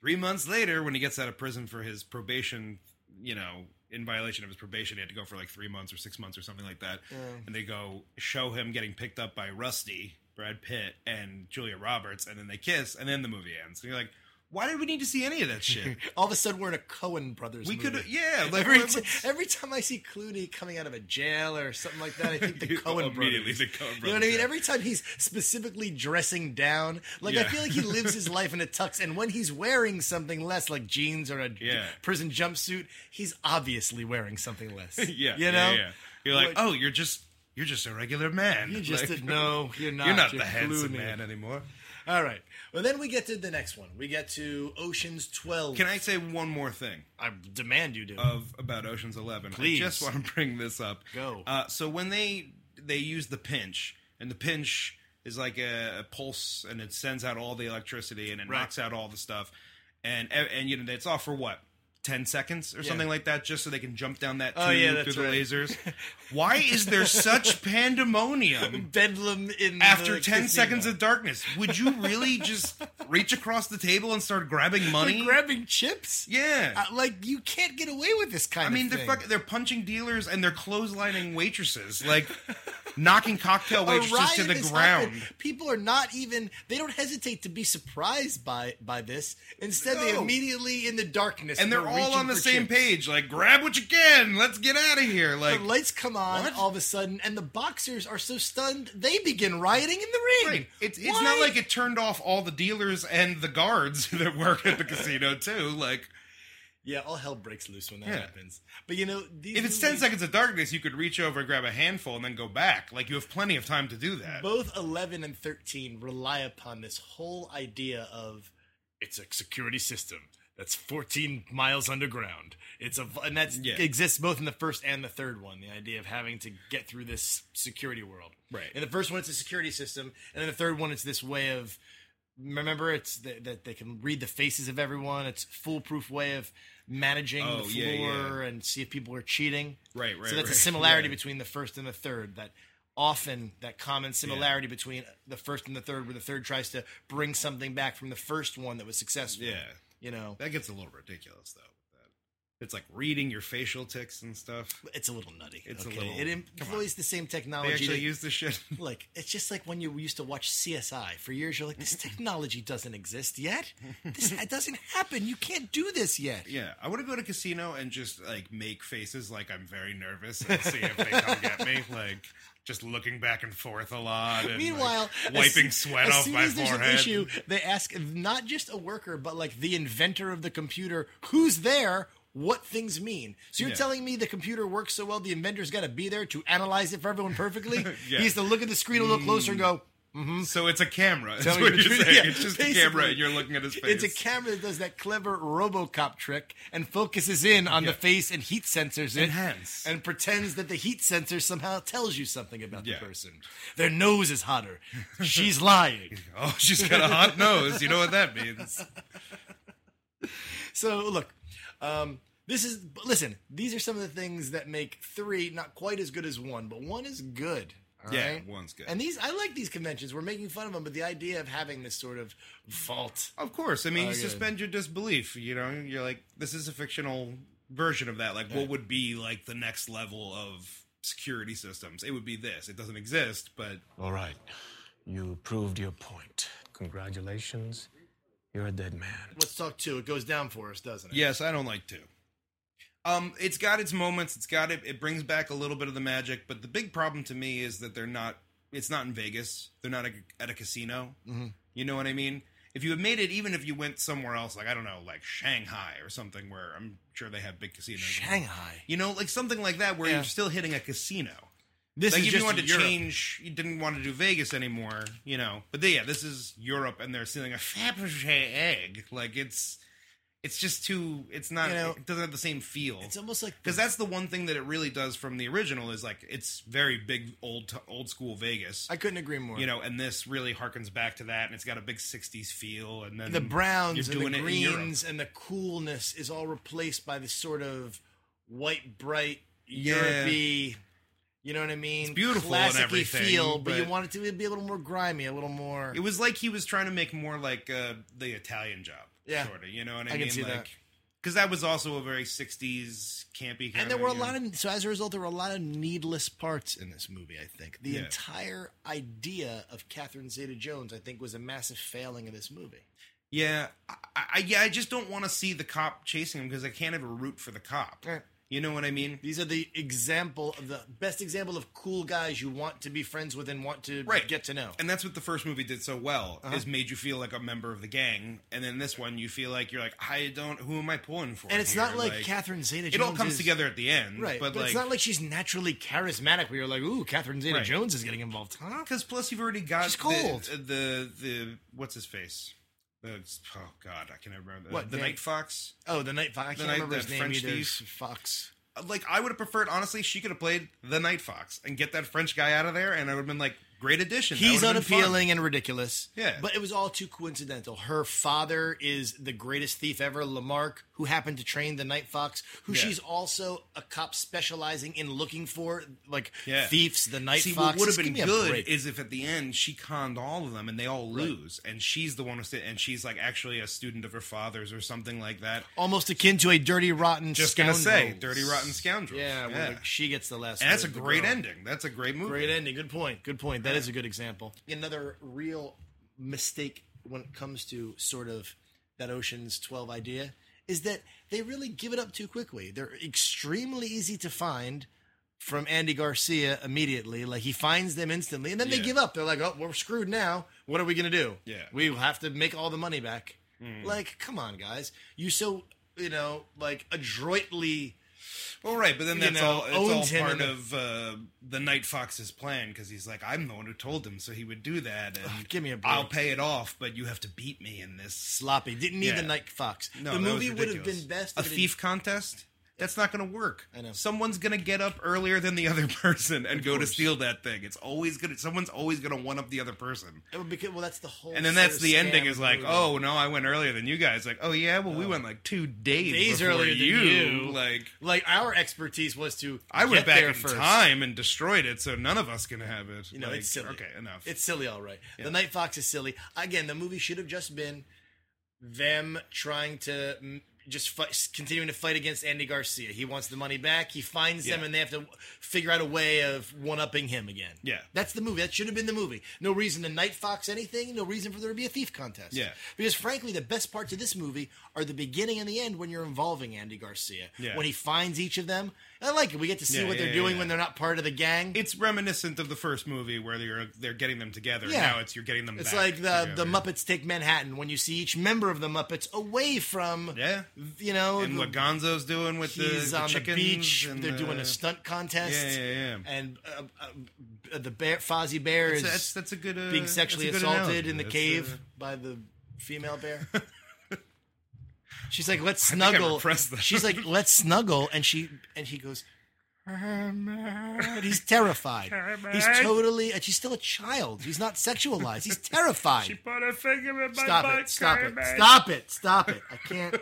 three months later when he gets out of prison for his probation, you know, in violation of his probation, he had to go for like three months or six months or something like that. And they go show him getting picked up by Rusty, Brad Pitt, and Julia Roberts, and then they kiss, and then the movie ends. And you're like, why did we need to see any of that shit? All of a sudden, we're in a Cohen Brothers. we could, movie. yeah, like every, what's- t- every time I see Clooney coming out of a jail or something like that, I think the You Cohen immediately brothers. think Coen You know what I brothers, mean? yeah. Every time he's specifically dressing down, like I Yeah. feel like he lives his life in a tux. And when he's wearing something less, like jeans or a Yeah. prison jumpsuit, he's obviously wearing something less. yeah, you know. yeah, yeah. you're like, What- oh, you're just, you're just a regular man. You just Like- didn't know. You're not. You're not the handsome Clooney. man anymore. All right. Well, then we get to the next one. We get to Ocean's Twelve. Can Oh, I say one more thing I demand you do. of about Ocean's Eleven? Please. I just want to bring this up. Go. Uh, so when they they use the pinch, and the pinch is like a, a pulse, and it sends out all the electricity, and it Right. knocks out all the stuff, and and you know it's off for what. 10 seconds or something like that just so they can jump down that tube Oh, yeah, that's through the right. lasers why is there such pandemonium Bedlam in after the 10 casino. seconds of darkness would you really just reach across the table and start grabbing money They're grabbing chips. yeah Uh, like you can't get away with this kind i of. mean they're thing. fucking, they're punching dealers and they're clotheslining waitresses like knocking cocktail A waitresses to riot the has ground happened. People are not even. They don't hesitate to be surprised by by this. Instead, they No. immediately in the darkness and they're all reaching on the for same chips. page like grab what you can let's get out of here like the lights come on what? all of a sudden, and the boxers are so stunned they begin rioting in the ring. Right. It's it's Why? not like it turned off all the dealers and the guards that work at the casino too. Like yeah, all hell breaks loose when that Yeah. happens. But you know, these if it's ten movies- seconds of darkness, you could reach over and grab a handful and then go back. Like you have plenty of time to do that. both 11 and 13 rely upon this whole idea of it's a security system that's 14 miles underground it's a and that's Yeah. exists both in the first and the third one the idea of having to get through this security world Right. in the first one it's a security system and in the third one it's this way of remember it's th- that they can read the faces of everyone it's foolproof way of managing the Oh, floor yeah, yeah. and see if people are cheating Right, right, so that's a right. similarity Yeah. between the first and the third that often that common similarity between the first and the third where the third tries to bring something back from the first one that was successful Yeah. you know That gets a little ridiculous though. It's like reading your facial ticks and stuff. it's a little nutty It's a okay? little- it come on. employs the same They technology actually that- use this shit. like it's just like when you used to watch CSI for years you're like this technology doesn't exist yet this it doesn't happen you can't do this yet Yeah, I want to go to casino and just like make faces like I'm very nervous and see if they come get me. Like just looking back and forth a lot. And, like, Meanwhile, as wiping soo- sweat as off soon my as there's forehead. An issue, they ask not just a worker, but like the inventor of the computer, who's there, what things mean. So you're Yeah. telling me the computer works so well, the inventor's got to be there to analyze it for everyone perfectly. Yeah. He has to look at the screen a little closer and go. Mm. So it's a camera. That's Tell me what the you're truth. saying. Yeah, it's just basically. a camera and you're looking at his Mm. face. It's a camera that does that clever RoboCop trick and focuses in on the Yeah. face and heat sensors it, Enhance. and pretends that the heat sensor somehow tells you something about Yeah. the person. Their nose is hotter. She's lying. Oh, she's got a hot nose. You know what that means. So look, um, this is but listen. These are some of the things that make three not quite as good as one, but one is good. all Yeah, right? one's good. And these, I like these conventions. We're making fun of them, but the idea of having this sort of vault. Of course. I mean, you Okay. suspend your disbelief. You know, you're like, this is a fictional version of that. Like, what would be like the next level of security systems? It would be this. It doesn't exist, but All right. You proved your point. Congratulations. You're a dead man. Let's talk two. It goes down for us, doesn't it? Yes, I don't like two. Um, it's got its moments. It's got it. It brings back a little bit of the magic, but the big problem to me is that they're not. It's not in Vegas. They're not a, at a casino. You know what I mean? If you had made it, even if you went somewhere else, like I don't know, like Shanghai or something, where I'm sure they have big casinos. Shanghai. You know, like something like that, where Yeah. you're still hitting a casino. This like is if just you wanted to Europe. change, you didn't want to do Vegas anymore, you know. But yeah, this is Europe, and they're stealing a Fabergé egg. Like it's, it's just too. It's not. You know, it doesn't have the same feel. It's almost like Because that's the one thing that it really does from the original is like it's very big old old school Vegas, I couldn't agree more. you know, and this really harkens back to that, and it's got a big '60s feel, and then the browns you're doing and the it in Europe. greens and the coolness is all replaced by this sort of white, bright, Yeah. Europe-y, you know what I mean? It's beautiful and Classic-y everything, feel, but, you but- want it to be a little more grimy, a little more. It was like he was trying to make more like uh, the Italian job, Yeah. sort of. You know what I, I mean? can see like, that. Because that was also a very '60s campy. and there were a lot of so as a result there were a lot of needless parts in this movie i think the Yeah. entire idea of catherine zeta jones i think was a massive failing of this movie yeah, I, I, yeah. I just don't want to see the cop chasing him because I can't ever root for the cop. Right. You know what I mean? these are the example of the best example of cool guys you want to be friends with and want to Right. get to know And that's what the first movie did so well Uh-huh. is made you feel like a member of the gang, and then this one you feel like you're like I don't. Who am I pulling for? and it's here? not like, catherine zeta jones It all comes together at the end, right But, but, like, it's not like she's naturally charismatic where you're like ooh catherine zeta jones is getting involved huh Because plus you've already got She's cold. The, uh, the the what's his face? The, oh God, I can't remember the, What, the Dan- Night Fox. oh the night fox i can't night- remember that his name French either thief. fox Like I would have preferred, honestly, she could have played the Night Fox and get that French guy out of there, and I would have been like, great addition. That He's would have been fun. unappealing and ridiculous. Yeah. But it was all too coincidental. Her father is the greatest thief ever, Lamarck, who happened to train the Night Fox, who Yeah. she's also a cop specializing in looking for, like Yeah. thieves, the Night See, Fox. what would have Just been give me a break. good is if at the end she conned all of them and they all lose, and she's the one who's and she's like actually a student of her father's or something like that. almost akin to a dirty, rotten Just gonna scoundrel. say, dirty rotten scoundrel. Yeah, where, Yeah. like, she gets the last And that's a word, the great girl. ending. That's a great movie. Great ending. Good point. Good point. That is a good example. Another real mistake when it comes to sort of that Ocean's 12 idea is that they really give it up too quickly. They're extremely easy to find from Andy Garcia immediately. Like he finds them instantly and then Yeah. they give up. They're like, oh, we're screwed now. What are we going to do? Yeah. We have to make all the money back. Like, come on, guys. You so, you know, like adroitly. Well, right, but then you that's know, all. It's owns all him part and- of uh, the Night Fox's plan because he's like, I'm the one who told him, so he would do that. And Ugh, give me a break. I'll pay it off, but you have to beat me in this. Sloppy. Didn't need Yeah. the Night Fox. No, the that was movie would have ridiculous. been best. A if it had- thief contest. That's not going to work. I know. Someone's going to get up earlier than the other person and go to steal that thing. It's always going to. Someone's always going to one up the other person. Well, because, well, that's the whole. And then sort that's of the scam ending. of Is the like, movie. oh no, I went earlier than you guys. Like, oh yeah, well we went like two days, days before earlier you. than you. Like, like our expertise was to. I went get back there in first. time and destroyed it, so none of us can have it. You know, Like, it's silly. Okay, enough. It's silly, all right. The Night Fox is silly. Again, the movie should have just been them trying to mm, just fight, continuing to fight against Andy Garcia. He wants the money back. He finds them, Yeah. and they have to figure out a way of one upping him again. Yeah. that's the movie. That should have been the movie. No reason to Night Fox anything. No reason for there to be a thief contest. Yeah. because frankly, the best parts of this movie are the beginning and the end when you're involving Andy Garcia. Yeah. when he finds each of them. I like it. We get to see Yeah, what yeah, they're yeah, doing yeah. when they're not part of the gang. it's reminiscent of the first movie where they're they're getting them together. Yeah. Now it's you're getting them. It's back like the together. the Muppets Take Manhattan when you see each member of the Muppets away from Yeah. you know And the- what Gonzo's doing with the, he's the on the chickens beach. and They're the- doing a stunt contest. Yeah, yeah, yeah. And uh, uh, uh, the bear Fozzie Bear That's, is that's, that's a good uh, being sexually that's a good assaulted analogy. in the That's, cave uh, by the female bear. She's like, let's think I snuggle. repressed that. She's like, let's snuggle, and she and he goes. But he's terrified. He's totally. And she's still a child. He's not sexualized. He's terrified. She put her finger in my Stop it! Stop it! Stop it! Stop it! I can't.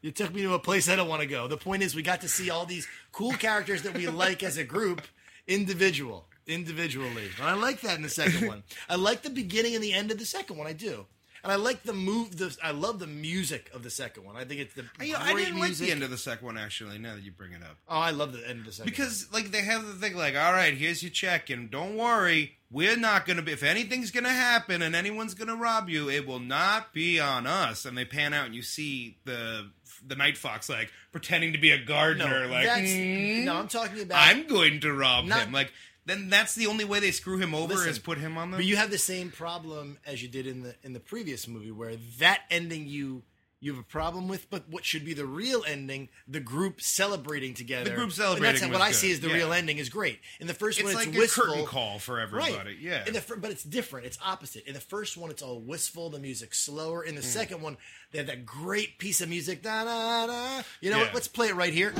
You took me to a place I don't want to go. The point is, we got to see all these cool characters that we like as a group, individual, individually. And I like that in the second one. I like the beginning and the end of the second one. I do, and I like the move. The I love the music of the second one. I think it's the you great know, I didn't like music. the end of the second one actually. Now that you bring it up, oh, I love the end of the second. one. because like they have the thing like, all right, here's your check, and don't worry, we're not gonna be. If anything's gonna happen and anyone's gonna rob you, it will not be on us. And they pan out and you see the the night fox like pretending to be a gardener, no, like that's, "Mm, no, I'm talking about I'm going to rob Not- him. Like then that's the only way they screw him over Listen, is put him on them. But you have the same problem as you did in the in the previous movie, where that ending you you have a problem with, but what should be the real ending, the group celebrating together. group And celebrating That's was what I see good, as the yeah. real ending is great. In the first It's one, like it's a wistful curtain call for everybody, Right. yeah. In the fir- but it's different. It's opposite. In the first one, it's all wistful. The music's slower. Hmm. In the second one, they have that great piece of music. Da da da. You know Yeah. what? Let's play it right here.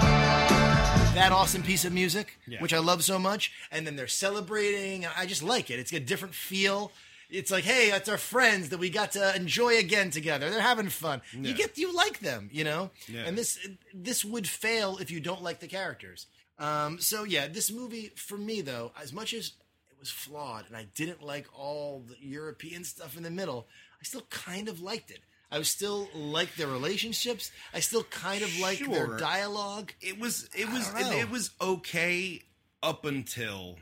that awesome piece of music, Yeah. which I love so much. And then they're celebrating. I just like it. It's a different feel. It's like, hey, it's our friends that we got to enjoy again together. They're having fun. Yeah. You get, you like them, you know. Yeah. And this this would fail if you don't like the characters. Um, so yeah, this movie for me though, as much as it was flawed and I didn't like all the European stuff in the middle, I still kind of liked it. I was still like their relationships. I still kind of like Sure. their dialogue. it was it I was don't it, know. it was okay up until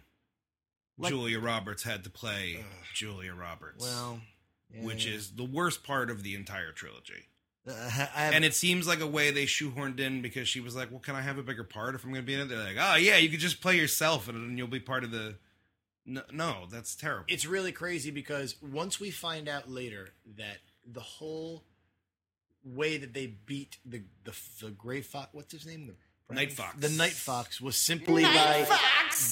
Like- Julia Roberts had to play Julia Roberts, Well, which yeah. is the worst part of the entire trilogy. Uh, I have, And it seems like a way they shoehorned in because she was like, "Well, can I have a bigger part if I'm going to be in it?" They're like, "Oh yeah, you could just play yourself and then you'll be part of the." No, no that's terrible. it's really crazy because once we find out later that the whole way that they beat the the, the gray fox, what's his name, the Night Fox. the night fox was simply by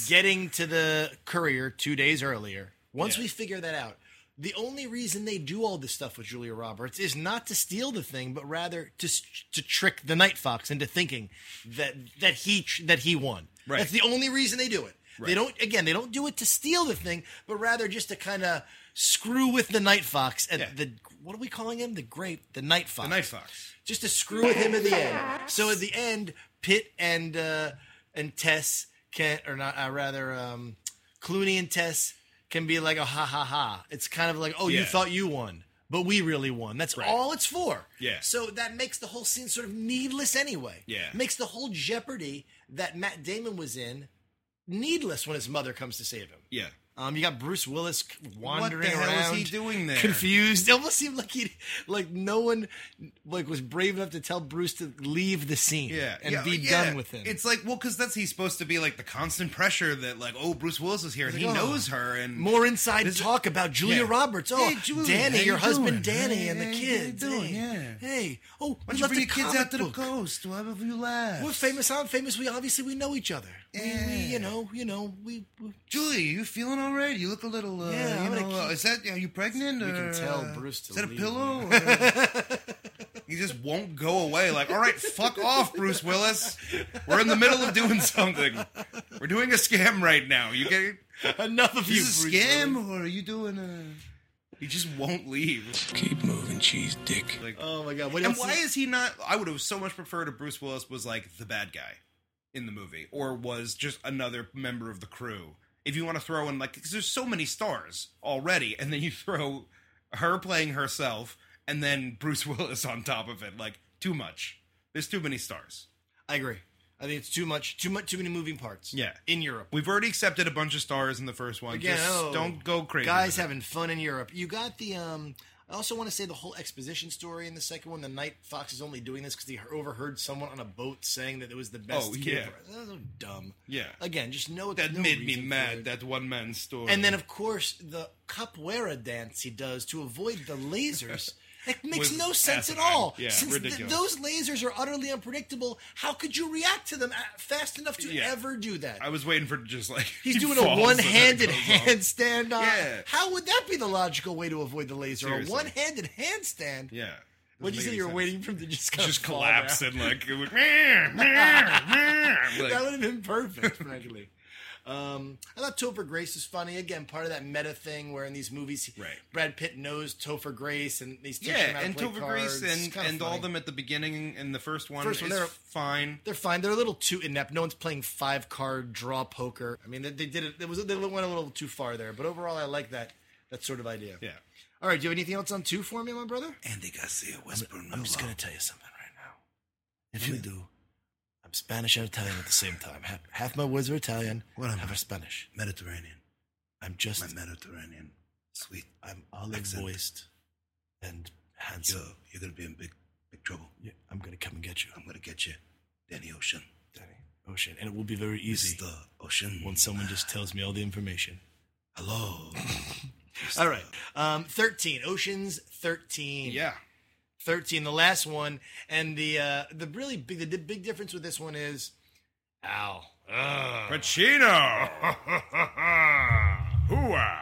getting to the courier two days earlier. Once Yeah. we figure that out. The only reason they do all this stuff with Julia Roberts is not to steal the thing, but rather to s- to trick the Night Fox into thinking that that he tr- that he won. Right. That's the only reason they do it. Right. They don't again, they don't do it to steal the thing, but rather just to kind of screw with the Night Fox and Yeah. the what are we calling him? The grape, the Night Fox. the Night Fox. Just to screw with him at the end. So at the end, Pitt and uh and Tess can or not uh, rather um Clooney and Tess can be like a ha ha ha. It's kind of like, "Oh, you Yeah. thought you won." But we really won. That's all it's for. Yeah. So that makes the whole scene sort of needless anyway. Yeah. Makes the whole jeopardy that Matt Damon was in needless when his mother comes to save him. Yeah. Um, you got Bruce Willis wandering what the around, hell is he doing there? confused. It almost seemed like he, like no one, like was brave enough to tell Bruce to leave the scene, Yeah, and yeah, be yeah. done with him. It's like, well, because that's he's supposed to be like the constant pressure that like, oh, Bruce Willis is here, and Like, he oh. knows her, and more inside This- talk about Julia yeah. Roberts. Oh, Hey, Julia, Danny, how you your husband doing? Danny, Hey, and the hey, how you kids. doing? Hey, Yeah. hey, oh, Why don't we you bring left the your kids out comic to the book. coast? Why have you left? We're famous. I'm famous. We obviously we know each other. We- We, Yeah. you know, you know, we, we Julia, you feeling all right? You look a little. Uh, Yeah, I'm you gonna know, uh, keep- is that are you pregnant? We can or, tell uh, Bruce to Is that leave a pillow? Or- he just won't go away. Like, all right, fuck off, Bruce Willis. We're in the middle of doing something. We're doing a scam right now. You get enough of you. is this a Bruce scam Willis. or are you doing a? He just won't leave. Keep moving, cheese dick. Like, Oh my god! What and else why is he not? I would have so much preferred if Bruce Willis was like the bad guy in the movie, or was just another member of the crew. If you want to throw in like, because there's so many stars already, and then you throw her playing herself, and then Bruce Willis on top of it, like too much. There's too many stars. I agree. I think it's too much, too much, too many moving parts. Yeah. in Europe, We've already accepted a bunch of stars in the first one. Again, just oh, don't go crazy. guys with it. having fun in Europe. You got the. um I also want to say the whole exposition story in the second one. The Night Fox is only doing this because he overheard someone on a boat saying that it was the best. Oh, kid yeah. ever. That's so dumb. Yeah. Again, just no. that no made me reason for mad. it. That one man story. and then of course the capoeira dance he does to avoid the lasers. That makes Was no sense at asinine. all. Yeah, Since th- ridiculous. those lasers are utterly unpredictable, how could you react to them uh, fast enough to Yeah. ever do that? I was waiting for just like He's he doing falls a and then it one-handed goes off. handstand. On. Yeah. How would that be the logical way to avoid the laser? Seriously. A one-handed handstand. Yeah. What would you Doesn't say? make any You're sense. waiting for him to just kind just of fall collapse down? and like, it would, "Meow, meow, meow." Like, that would have been perfect, frankly. Um, I thought Topher Grace was funny. Again, part of that meta thing where in these movies, Right. Brad Pitt knows Topher Grace and he's teaching him yeah, how to and play Topher cards. Grace and It's kinda and all funny. of them at the beginning in the first one First one, is they're- fine. They're fine. They're a little too inept. No one's playing five card draw poker. I mean, they, they did it. It was they went a little too far there. But overall, I like that that sort of idea. Yeah. All right. Do you have anything else on two for me, my brother? Andy Garcia whisper I'm just gonna tell you something right now. If you do, I'm Spanish and Italian at the same time. Half, half my words are Italian. What am half I? are Spanish. Mediterranean, I'm just Mediterranean, sweet. I'm olive voiced and handsome. you're gonna be in big big trouble. Yeah, I'm gonna get you. I'm gonna get you, Danny Ocean. Danny Ocean. And it will be very easy Mr. Ocean. when someone just tells me all the information. Hello. All right. Um, 13. Oceans 13. yeah. 13, the last one. And the uh, the really big the, big difference with this one is Al. Ugh. Pacino. Hooah.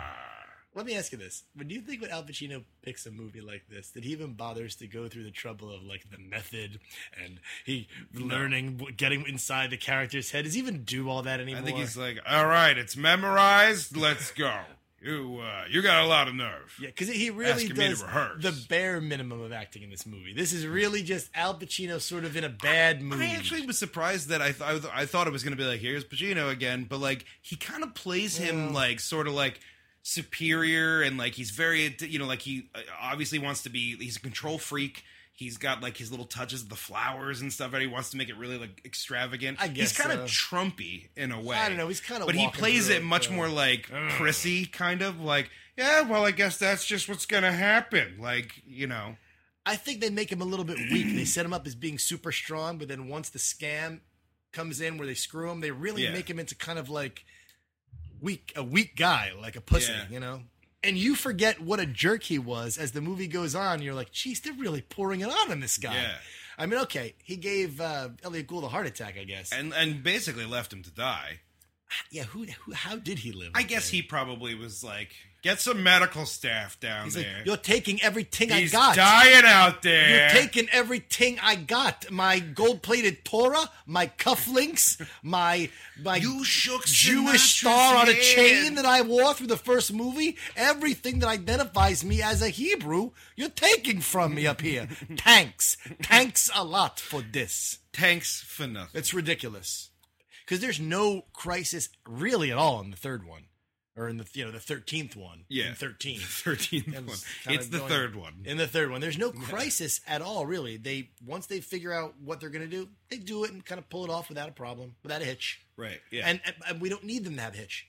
Let me ask you this. When you think when Al Pacino picks a movie like this, that he even bothers to go through the trouble of like the method and he learning, getting inside the character's head? Does he even do all that anymore? I think he's like, all right, it's memorized. Let's go. You, uh, you got a lot of nerve. Yeah, because he really Asking me to does rehearse. the bare minimum of acting in this movie. This is really just Al Pacino sort of in a bad mood. I actually was surprised that I th- I, th- I thought it was going to be like here's Pacino again, but like he kind of plays him like sort of like superior and like he's very you know like he uh, obviously wants to be he's a control freak. He's got like his little touches of the flowers and stuff, and he wants to make it really like extravagant. I guess he's kind of so. Trumpy in a way. I don't know, he's kinda but he walking plays through it it, much though. more like prissy, kind of like yeah. Well, I guess that's just what's gonna happen. Like you know, I think they make him a little bit weak. they set him up as being super strong, but then once the scam comes in where they screw him, they really Yeah. make him into kind of like weak, a weak guy, like a pussy, Yeah. you know. And you forget what a jerk he was as the movie goes on. You're like, geez, they're really pouring it on on this guy. Yeah. I mean, okay, he gave uh, Elliot Gould a heart attack, I guess. and and basically left him to die. yeah, who, who? How did he live? I with guess that? he probably was like, get some medical staff down He's like, there. you're taking everything He's I got. dying out there. You're taking everything I got. My gold-plated Torah, my cufflinks, my my You shook Jewish Sinatra's star on a chain hand. that I wore through the first movie. Everything that identifies me as a Hebrew, you're taking from me up here. Thanks, thanks a lot for this. Tanks for nothing. It's ridiculous because there's no crisis really at all in the third one, or in the you know the thirteenth one. Yeah. in thirteen. Thirteenth That one. was kinda It's the going- third one. In the third one, there's no crisis at all, really. They once they figure out what they're going to do, they do it and kind of pull it off without a problem, without a hitch. Right. Yeah. And, and, and we don't need them to have a hitch.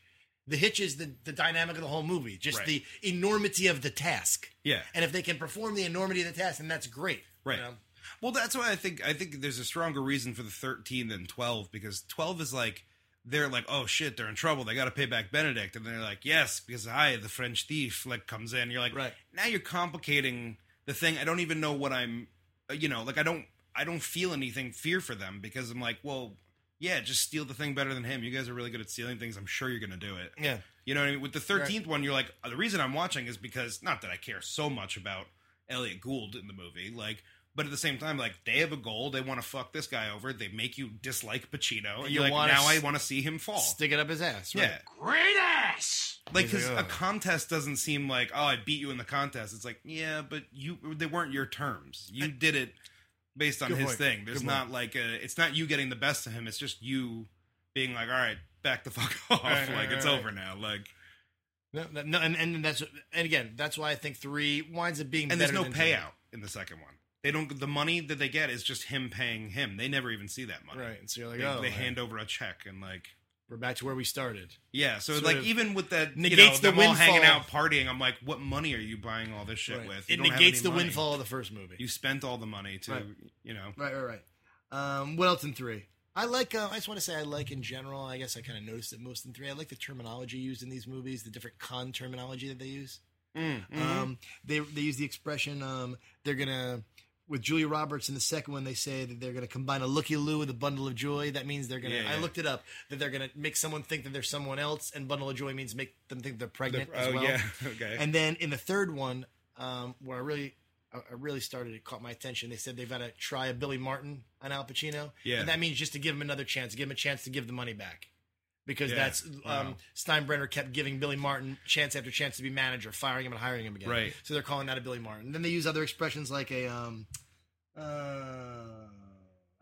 The hitch is the, the dynamic of the whole movie, just Right. the enormity of the task. Yeah. And if they can perform the enormity of the task, then that's great. you right. know? Well, that's why I think I think there's a stronger reason for the thirteen than twelve because twelve is like they're like, oh shit, they're in trouble. They got to pay back Benedict, and they're like, yes, because I, the French thief, like comes in. You're like, Right. now you're complicating the thing. I don't even know what I'm, uh, you know, like I don't I don't feel anything fear for them because I'm like, well, yeah, just steal the thing better than him. You guys are really good at stealing things. I'm sure you're gonna do it. Yeah. You know what I mean? With the 13th one, you're like, the reason I'm watching is because, not that I care so much about Elliot Gould in the movie, like, but at the same time, like, they have a goal. They want to fuck this guy over. They make you dislike Pacino. And You you're like, wanna now I s- want to see him fall. Stick it up his ass. Right? Oh. yeah. Great ass! Like, He's because like, a "Oh." contest doesn't seem like, oh, I beat you in the contest. It's like, yeah, but you, they weren't your terms. You did it based on Good his point. thing. There's Good not like a, it's not you getting the best of him. It's just you being like, all right, back the fuck off. Right, like, right, it's right. over now. Like, No, no, no, and, and that's and again, that's why I think three winds up being and there's no better than two. payout in the second one. They don't. The money that they get is just him paying him. They never even see that money. Right. And so you're like, They, oh, they man, hand over a check and like we're back to where we started. yeah. So Sort like of even with that you know, negates the them all hanging windfall. out partying, I'm like, what money are you buying all this shit Right. with? You It don't have negates any the money. windfall of the first movie. You spent all the money to Right. you know. Right, right, right. Um, what else in three? I like. Uh, I just want to say I like in general. I guess I kind of noticed it most in three. I like the terminology used in these movies, the different con terminology that they use. Mm, mm-hmm. Um, they they use the expression um, they're gonna with Julia Roberts in the second one. They say that they're gonna combine a looky loo with a bundle of joy. That means they're gonna. Yeah, I yeah. looked it up that they're gonna make someone think that they're someone else, and bundle of joy means make them think they're pregnant The- as oh, well. yeah. Okay. And then in the third one, um, where I really, I I really started, it caught my attention. They said they've got to try a Billy Martin on Al Pacino, Yeah. and that means just to give him another chance, give him a chance to give the money back, because Yeah. that's um, Wow. Steinbrenner kept giving Billy Martin chance after chance to be manager, firing him and hiring him again. Right. So they're calling that a Billy Martin. Then they use other expressions like a, um, uh,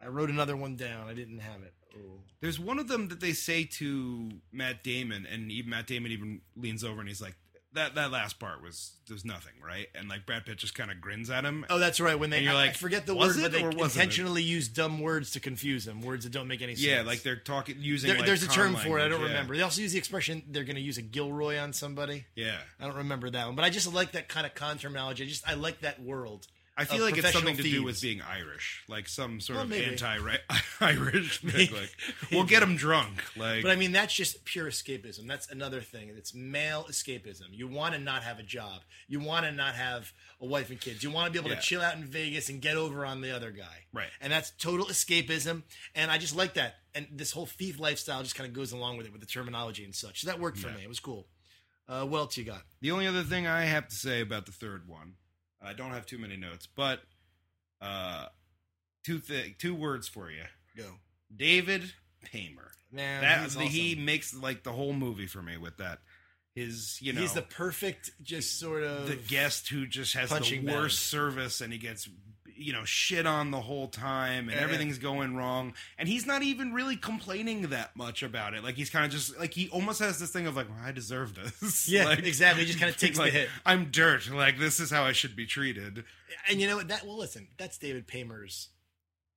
I wrote another one down. I didn't have it. Oh. There's one of them that they say to Matt Damon, and even Matt Damon even leans over and he's like, "That that last part was there's nothing, right?" And like Brad Pitt just kind of grins at him. Oh, that's right. When they And you're I- I like, forget the was word, it but they or wasn't it? intentionally use dumb words to confuse them, words that don't make any sense. yeah, like they're talking using. There- like, there's a con term for it. I language, don't yeah. remember. They also use the expression they're going to use a Gilroy on somebody. Yeah. I don't remember that one, but I just like that kind of con terminology. I just I like that world I feel of like it's something to professional do with thieves. being Irish, like some sort Well, of maybe. anti-Irish thing. Maybe. Like, we'll get them drunk. Like, But I mean, that's just pure escapism. That's another thing. It's male escapism. You want to not have a job. You want to not have a wife and kids. You want to be able Yeah. to chill out in Vegas and get over on the other guy. Right. And that's total escapism. And I just like that. And this whole thief lifestyle just kind of goes along with it with the terminology and such. So that worked for me. It was cool. Uh, what else you got? The only other thing I have to say about the third one, I don't have too many notes, but uh, two th- two words for you: Go. David Paymer. Man, that he's the- he awesome. makes like the whole movie for me with that. His you know He's the perfect, just sort of. the guest who just has the worst punching bag. service and he gets you know shit on the whole time and Yeah, yeah. everything's going wrong and he's not even really complaining that much about it like he's kind of just like he almost has this thing of like well, i deserve this Yeah, Like, exactly. He just kinda takes the like, hit. i'm dirt like this is how i should be treated And you know what? That well, listen, that's David Paymer's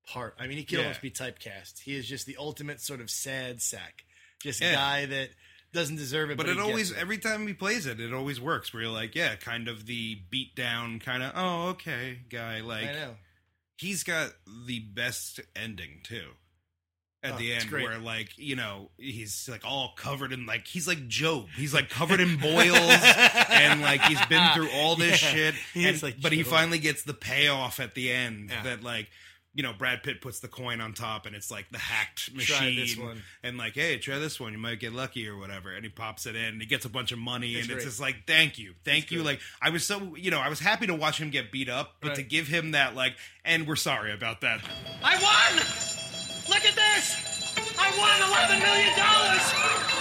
part. I mean, he could Yeah. almost be typecast. He is just the ultimate sort of sad sack, just Yeah. a guy that doesn't deserve it. but it he gets always e, every time he plays it it always works where you're like yeah kind of the beat down kind of oh okay guy like I know. he's got the best ending too at Oh, the it's end great. where like you know he's like all covered in like he's like job he's like covered in boils and like he's been through all this Yeah, shit he and- is like but he Job. finally gets the payoff at the end Yeah. that like you know brad pitt puts the coin on top and it's like the hacked machine Try this one. and like hey try this one you might get lucky or whatever and he pops it in and he gets a bunch of money That's and it's great. just like thank you thank That's you good. like i was so you know i was happy to watch him get beat up but to Right. give him that like and we're sorry about that I won! Look at this! I won $11 million!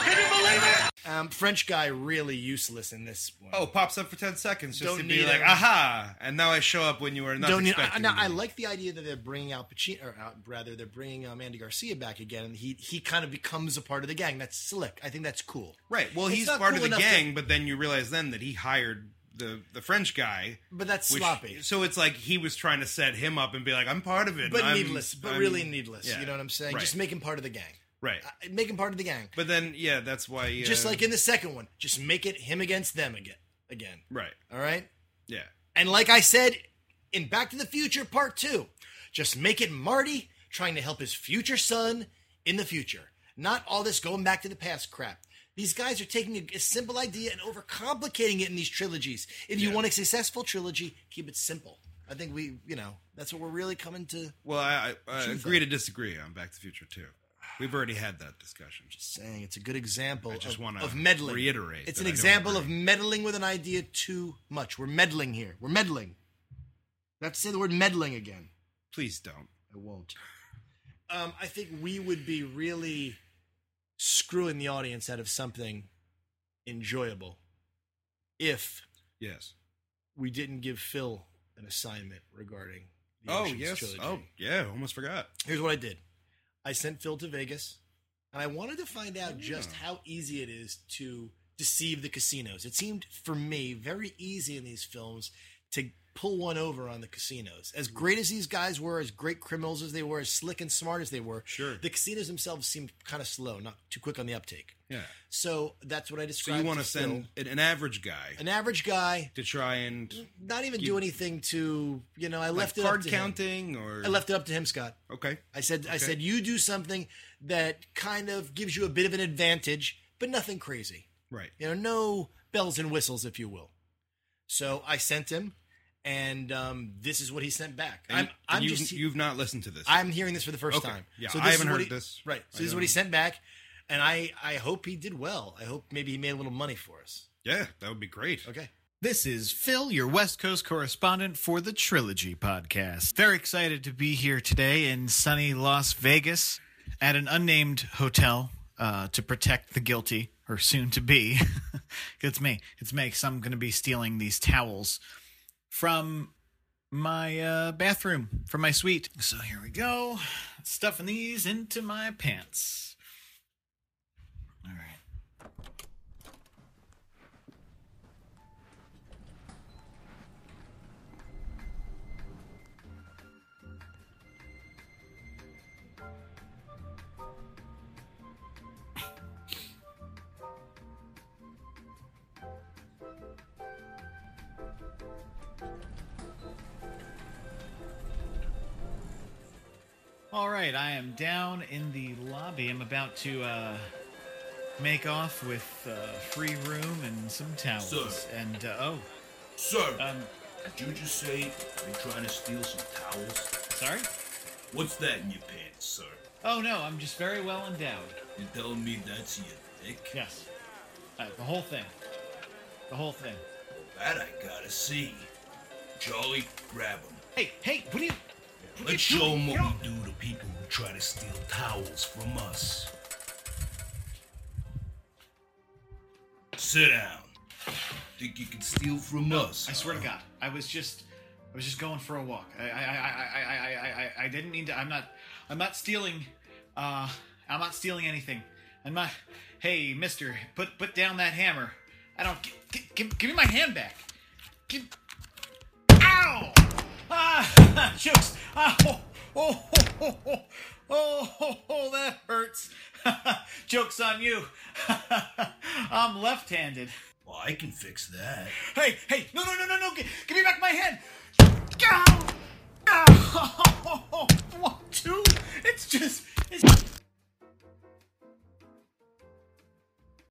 Can you believe it? Um, French guy really useless in this one. oh pops up for 10 seconds just Don't to be need like him. aha and now i show up when you are not Don't need, I, expecting now, me. I like the idea that they're bringing out Pacino, or out, rather, they're bringing um, Andy Garcia back again, and he he kind of becomes a part of the gang. That's slick. I think that's cool. right well It's he's not part cool of the enough to- gang but then you realize then that he hired the the french guy but that's which- sloppy. so it's like he was trying to set him up and be like i'm part of it But I'm- needless, but I'm- really needless. yeah, You know what I'm saying? right, Just make him part of the gang. right Uh, make him part of the gang. but then yeah that's why uh, Just like in the second one, just make it him against them again. Again. right All right? yeah And like I said in Back to the Future Part 2, just make it Marty trying to help his future son in the future. Not all this going back to the past crap. These guys are taking a, a simple idea and overcomplicating it in these trilogies. If you Yeah. want a successful trilogy, keep it simple. I think we, you know, that's what we're really coming to well i, I, I Truth agree is- to disagree on back to the future too we've already had that discussion saying. It's a good example I just of, wanna of meddling. reiterate It's that an I don't example of agree. meddling with an idea too much. We're meddling here. We're meddling. I have to say the word meddling again. please don't I won't. Um, I think we would be really screwing the audience out of something enjoyable if yes we didn't give Phil an assignment regarding the oh Ocean's yes trilogy. oh yeah almost forgot Here's what I did. I sent Phil to Vegas, and I wanted to find out just Hmm. how easy it is to deceive the casinos. It seemed for me very easy in these films to pull one over on the casinos. As great as these guys were, as great criminals as they were, as slick and smart as they were, Sure. the casinos themselves seemed kind of slow, not too quick on the uptake. yeah So that's what I So described. you want to to send an, an average guy Phil. an average guy, to try and like, not even You- do anything to you know. I left it up card to him. counting or I left it up to him, Scott. okay. I said, I said, you do something that kind of gives you a bit of an advantage, but nothing crazy. Right. You know, no bells and whistles, if you will. So I sent him, and um, this is what he sent back. And, I'm, I'm and you've, just, you've not listened to this. I'm hearing this for the first Okay. time. Yeah, so I this is haven't what heard he- this. Right. I So this is what he don't- sent back, and I, I hope he did well. I hope maybe he made a little money for us. yeah, that would be great. Okay. This is Phil, your West Coast correspondent for the Trilogy podcast. Very excited to be here today in sunny Las Vegas at an unnamed hotel uh, to protect the guilty, or soon to be. it's me. It's me, 'cause I'm going to be stealing these towels from my uh, bathroom, from my suite. So here we go. Stuffing these into my pants. All right. All right, I am down in the lobby. I'm about to uh, make off with uh, free room and some towels. Sir. And uh, oh, um, Sir, did you just say you're trying to steal some towels? Sorry? What's that in your pants, sir? oh no, I'm just very well endowed. You're telling me that's your dick? Yes. Uh, the whole thing. The whole thing. That I gotta see. Charlie, grab him. Hey, hey, what are you? Let's show them what we do to people who try to steal towels from us. Sit down. Think you can steal from us? I swear to God, I was just, I was just going for a walk. I, I, I, I, I, I, I, I didn't mean to. I'm not, I'm not stealing. Uh, I'm not stealing anything. I'm not. Hey, Mister, put put down that hammer. I don't. Give, give, give me my hand back. Give. Ow! Ah, jokes. Ah, oh, oh, oh, oh, oh, oh, oh, that hurts. jokes on you. I'm left-handed. Well, I can fix that. Hey, hey, no, no, no, no, no! Give, give me back my hand! One, two. It's just. It's...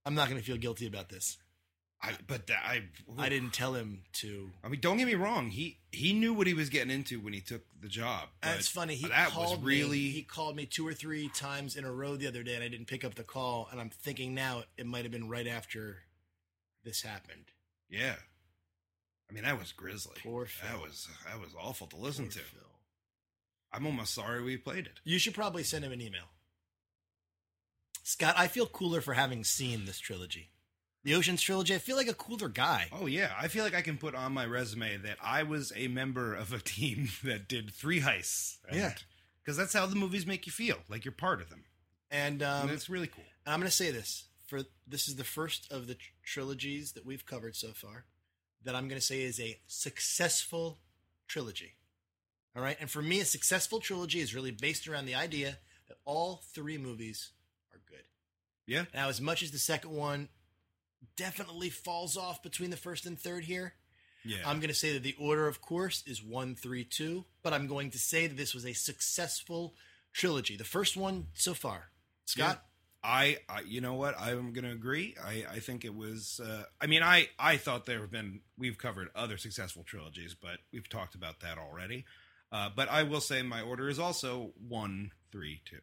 I'm not going to feel guilty about this. I, but that, I, I didn't tell him to. I mean, don't get me wrong. He he knew what he was getting into when he took the job. And but it's funny. He that called was really me, he called me two or three times in a row the other day, and I didn't pick up the call. And I'm thinking now it might have been right after this happened. yeah. I mean, that was grisly. Poor That Phil. was that was awful to listen Poor to. Phil. I'm almost sorry we played it. You should probably send him an email. Scott, I feel cooler for having seen this trilogy. The Ocean's trilogy, I feel like a cooler guy. Oh yeah, I feel like I can put on my resume that I was a member of a team that did three heists. Yeah. because that's how the movies make you feel, like you're part of them. And, um, and that's really cool. And I'm going to say this for this is the first of the tr- trilogies that we've covered so far that I'm going to say is a successful trilogy. All right? And for me a successful trilogy is really based around the idea that all three movies are good. Yeah. Now as much as the second one definitely falls off between the first and third here, Yeah, I'm going to say that the order, of course, is one, three, two. But I'm going to say that this was a successful trilogy. The first one so far. Scott? I, I you know what I'm gonna agree. I I think it was. Uh, I mean, I I thought there have been we've covered other successful trilogies, but we've talked about that already. Uh, but I will say my order is also one, three, two.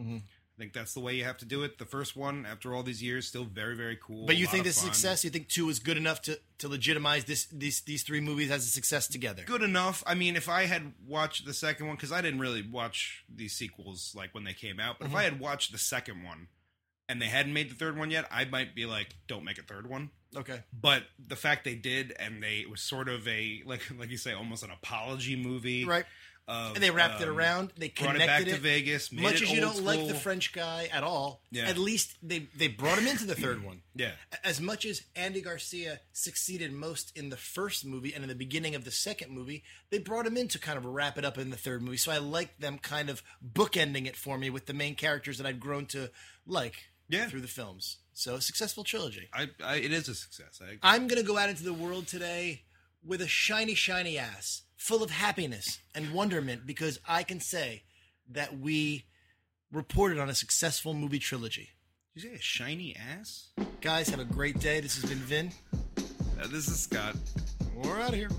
Mm-hmm. I think that's the way you have to do it. The first one, after all these years, still very very cool. But a you lot think of this fun. success? You think two is good enough to to legitimize this these these three movies as a success together? good enough. I mean, if I had watched the second one, because I didn't really watch these sequels like when they came out, but Mhm. if I had watched the second one and they hadn't made the third one yet, I might be like, don't make a third one. Okay. But the fact they did, and they it was sort of a like like you say, almost an apology movie, Right. of, And they wrapped it um, around. They brought connected it back to Vegas. Made Much it as you don't old like the school. French guy at all, Yeah. at least they they brought him into the third one. yeah, As much as Andy Garcia succeeded most in the first movie and in the beginning of the second movie, they brought him in to kind of wrap it up in the third movie. So I like them kind of bookending it for me with the main characters that I've grown to like Yeah. through the films. So successful trilogy. I, I it is a success. I, agree. I'm going to go out into the world today with a shiny, shiny ass full of happiness and wonderment because I can say that we reported on a successful movie trilogy. Did you say a shiny ass? Guys, have a great day. This has been Vin. Uh, this is Scott. We're out of here.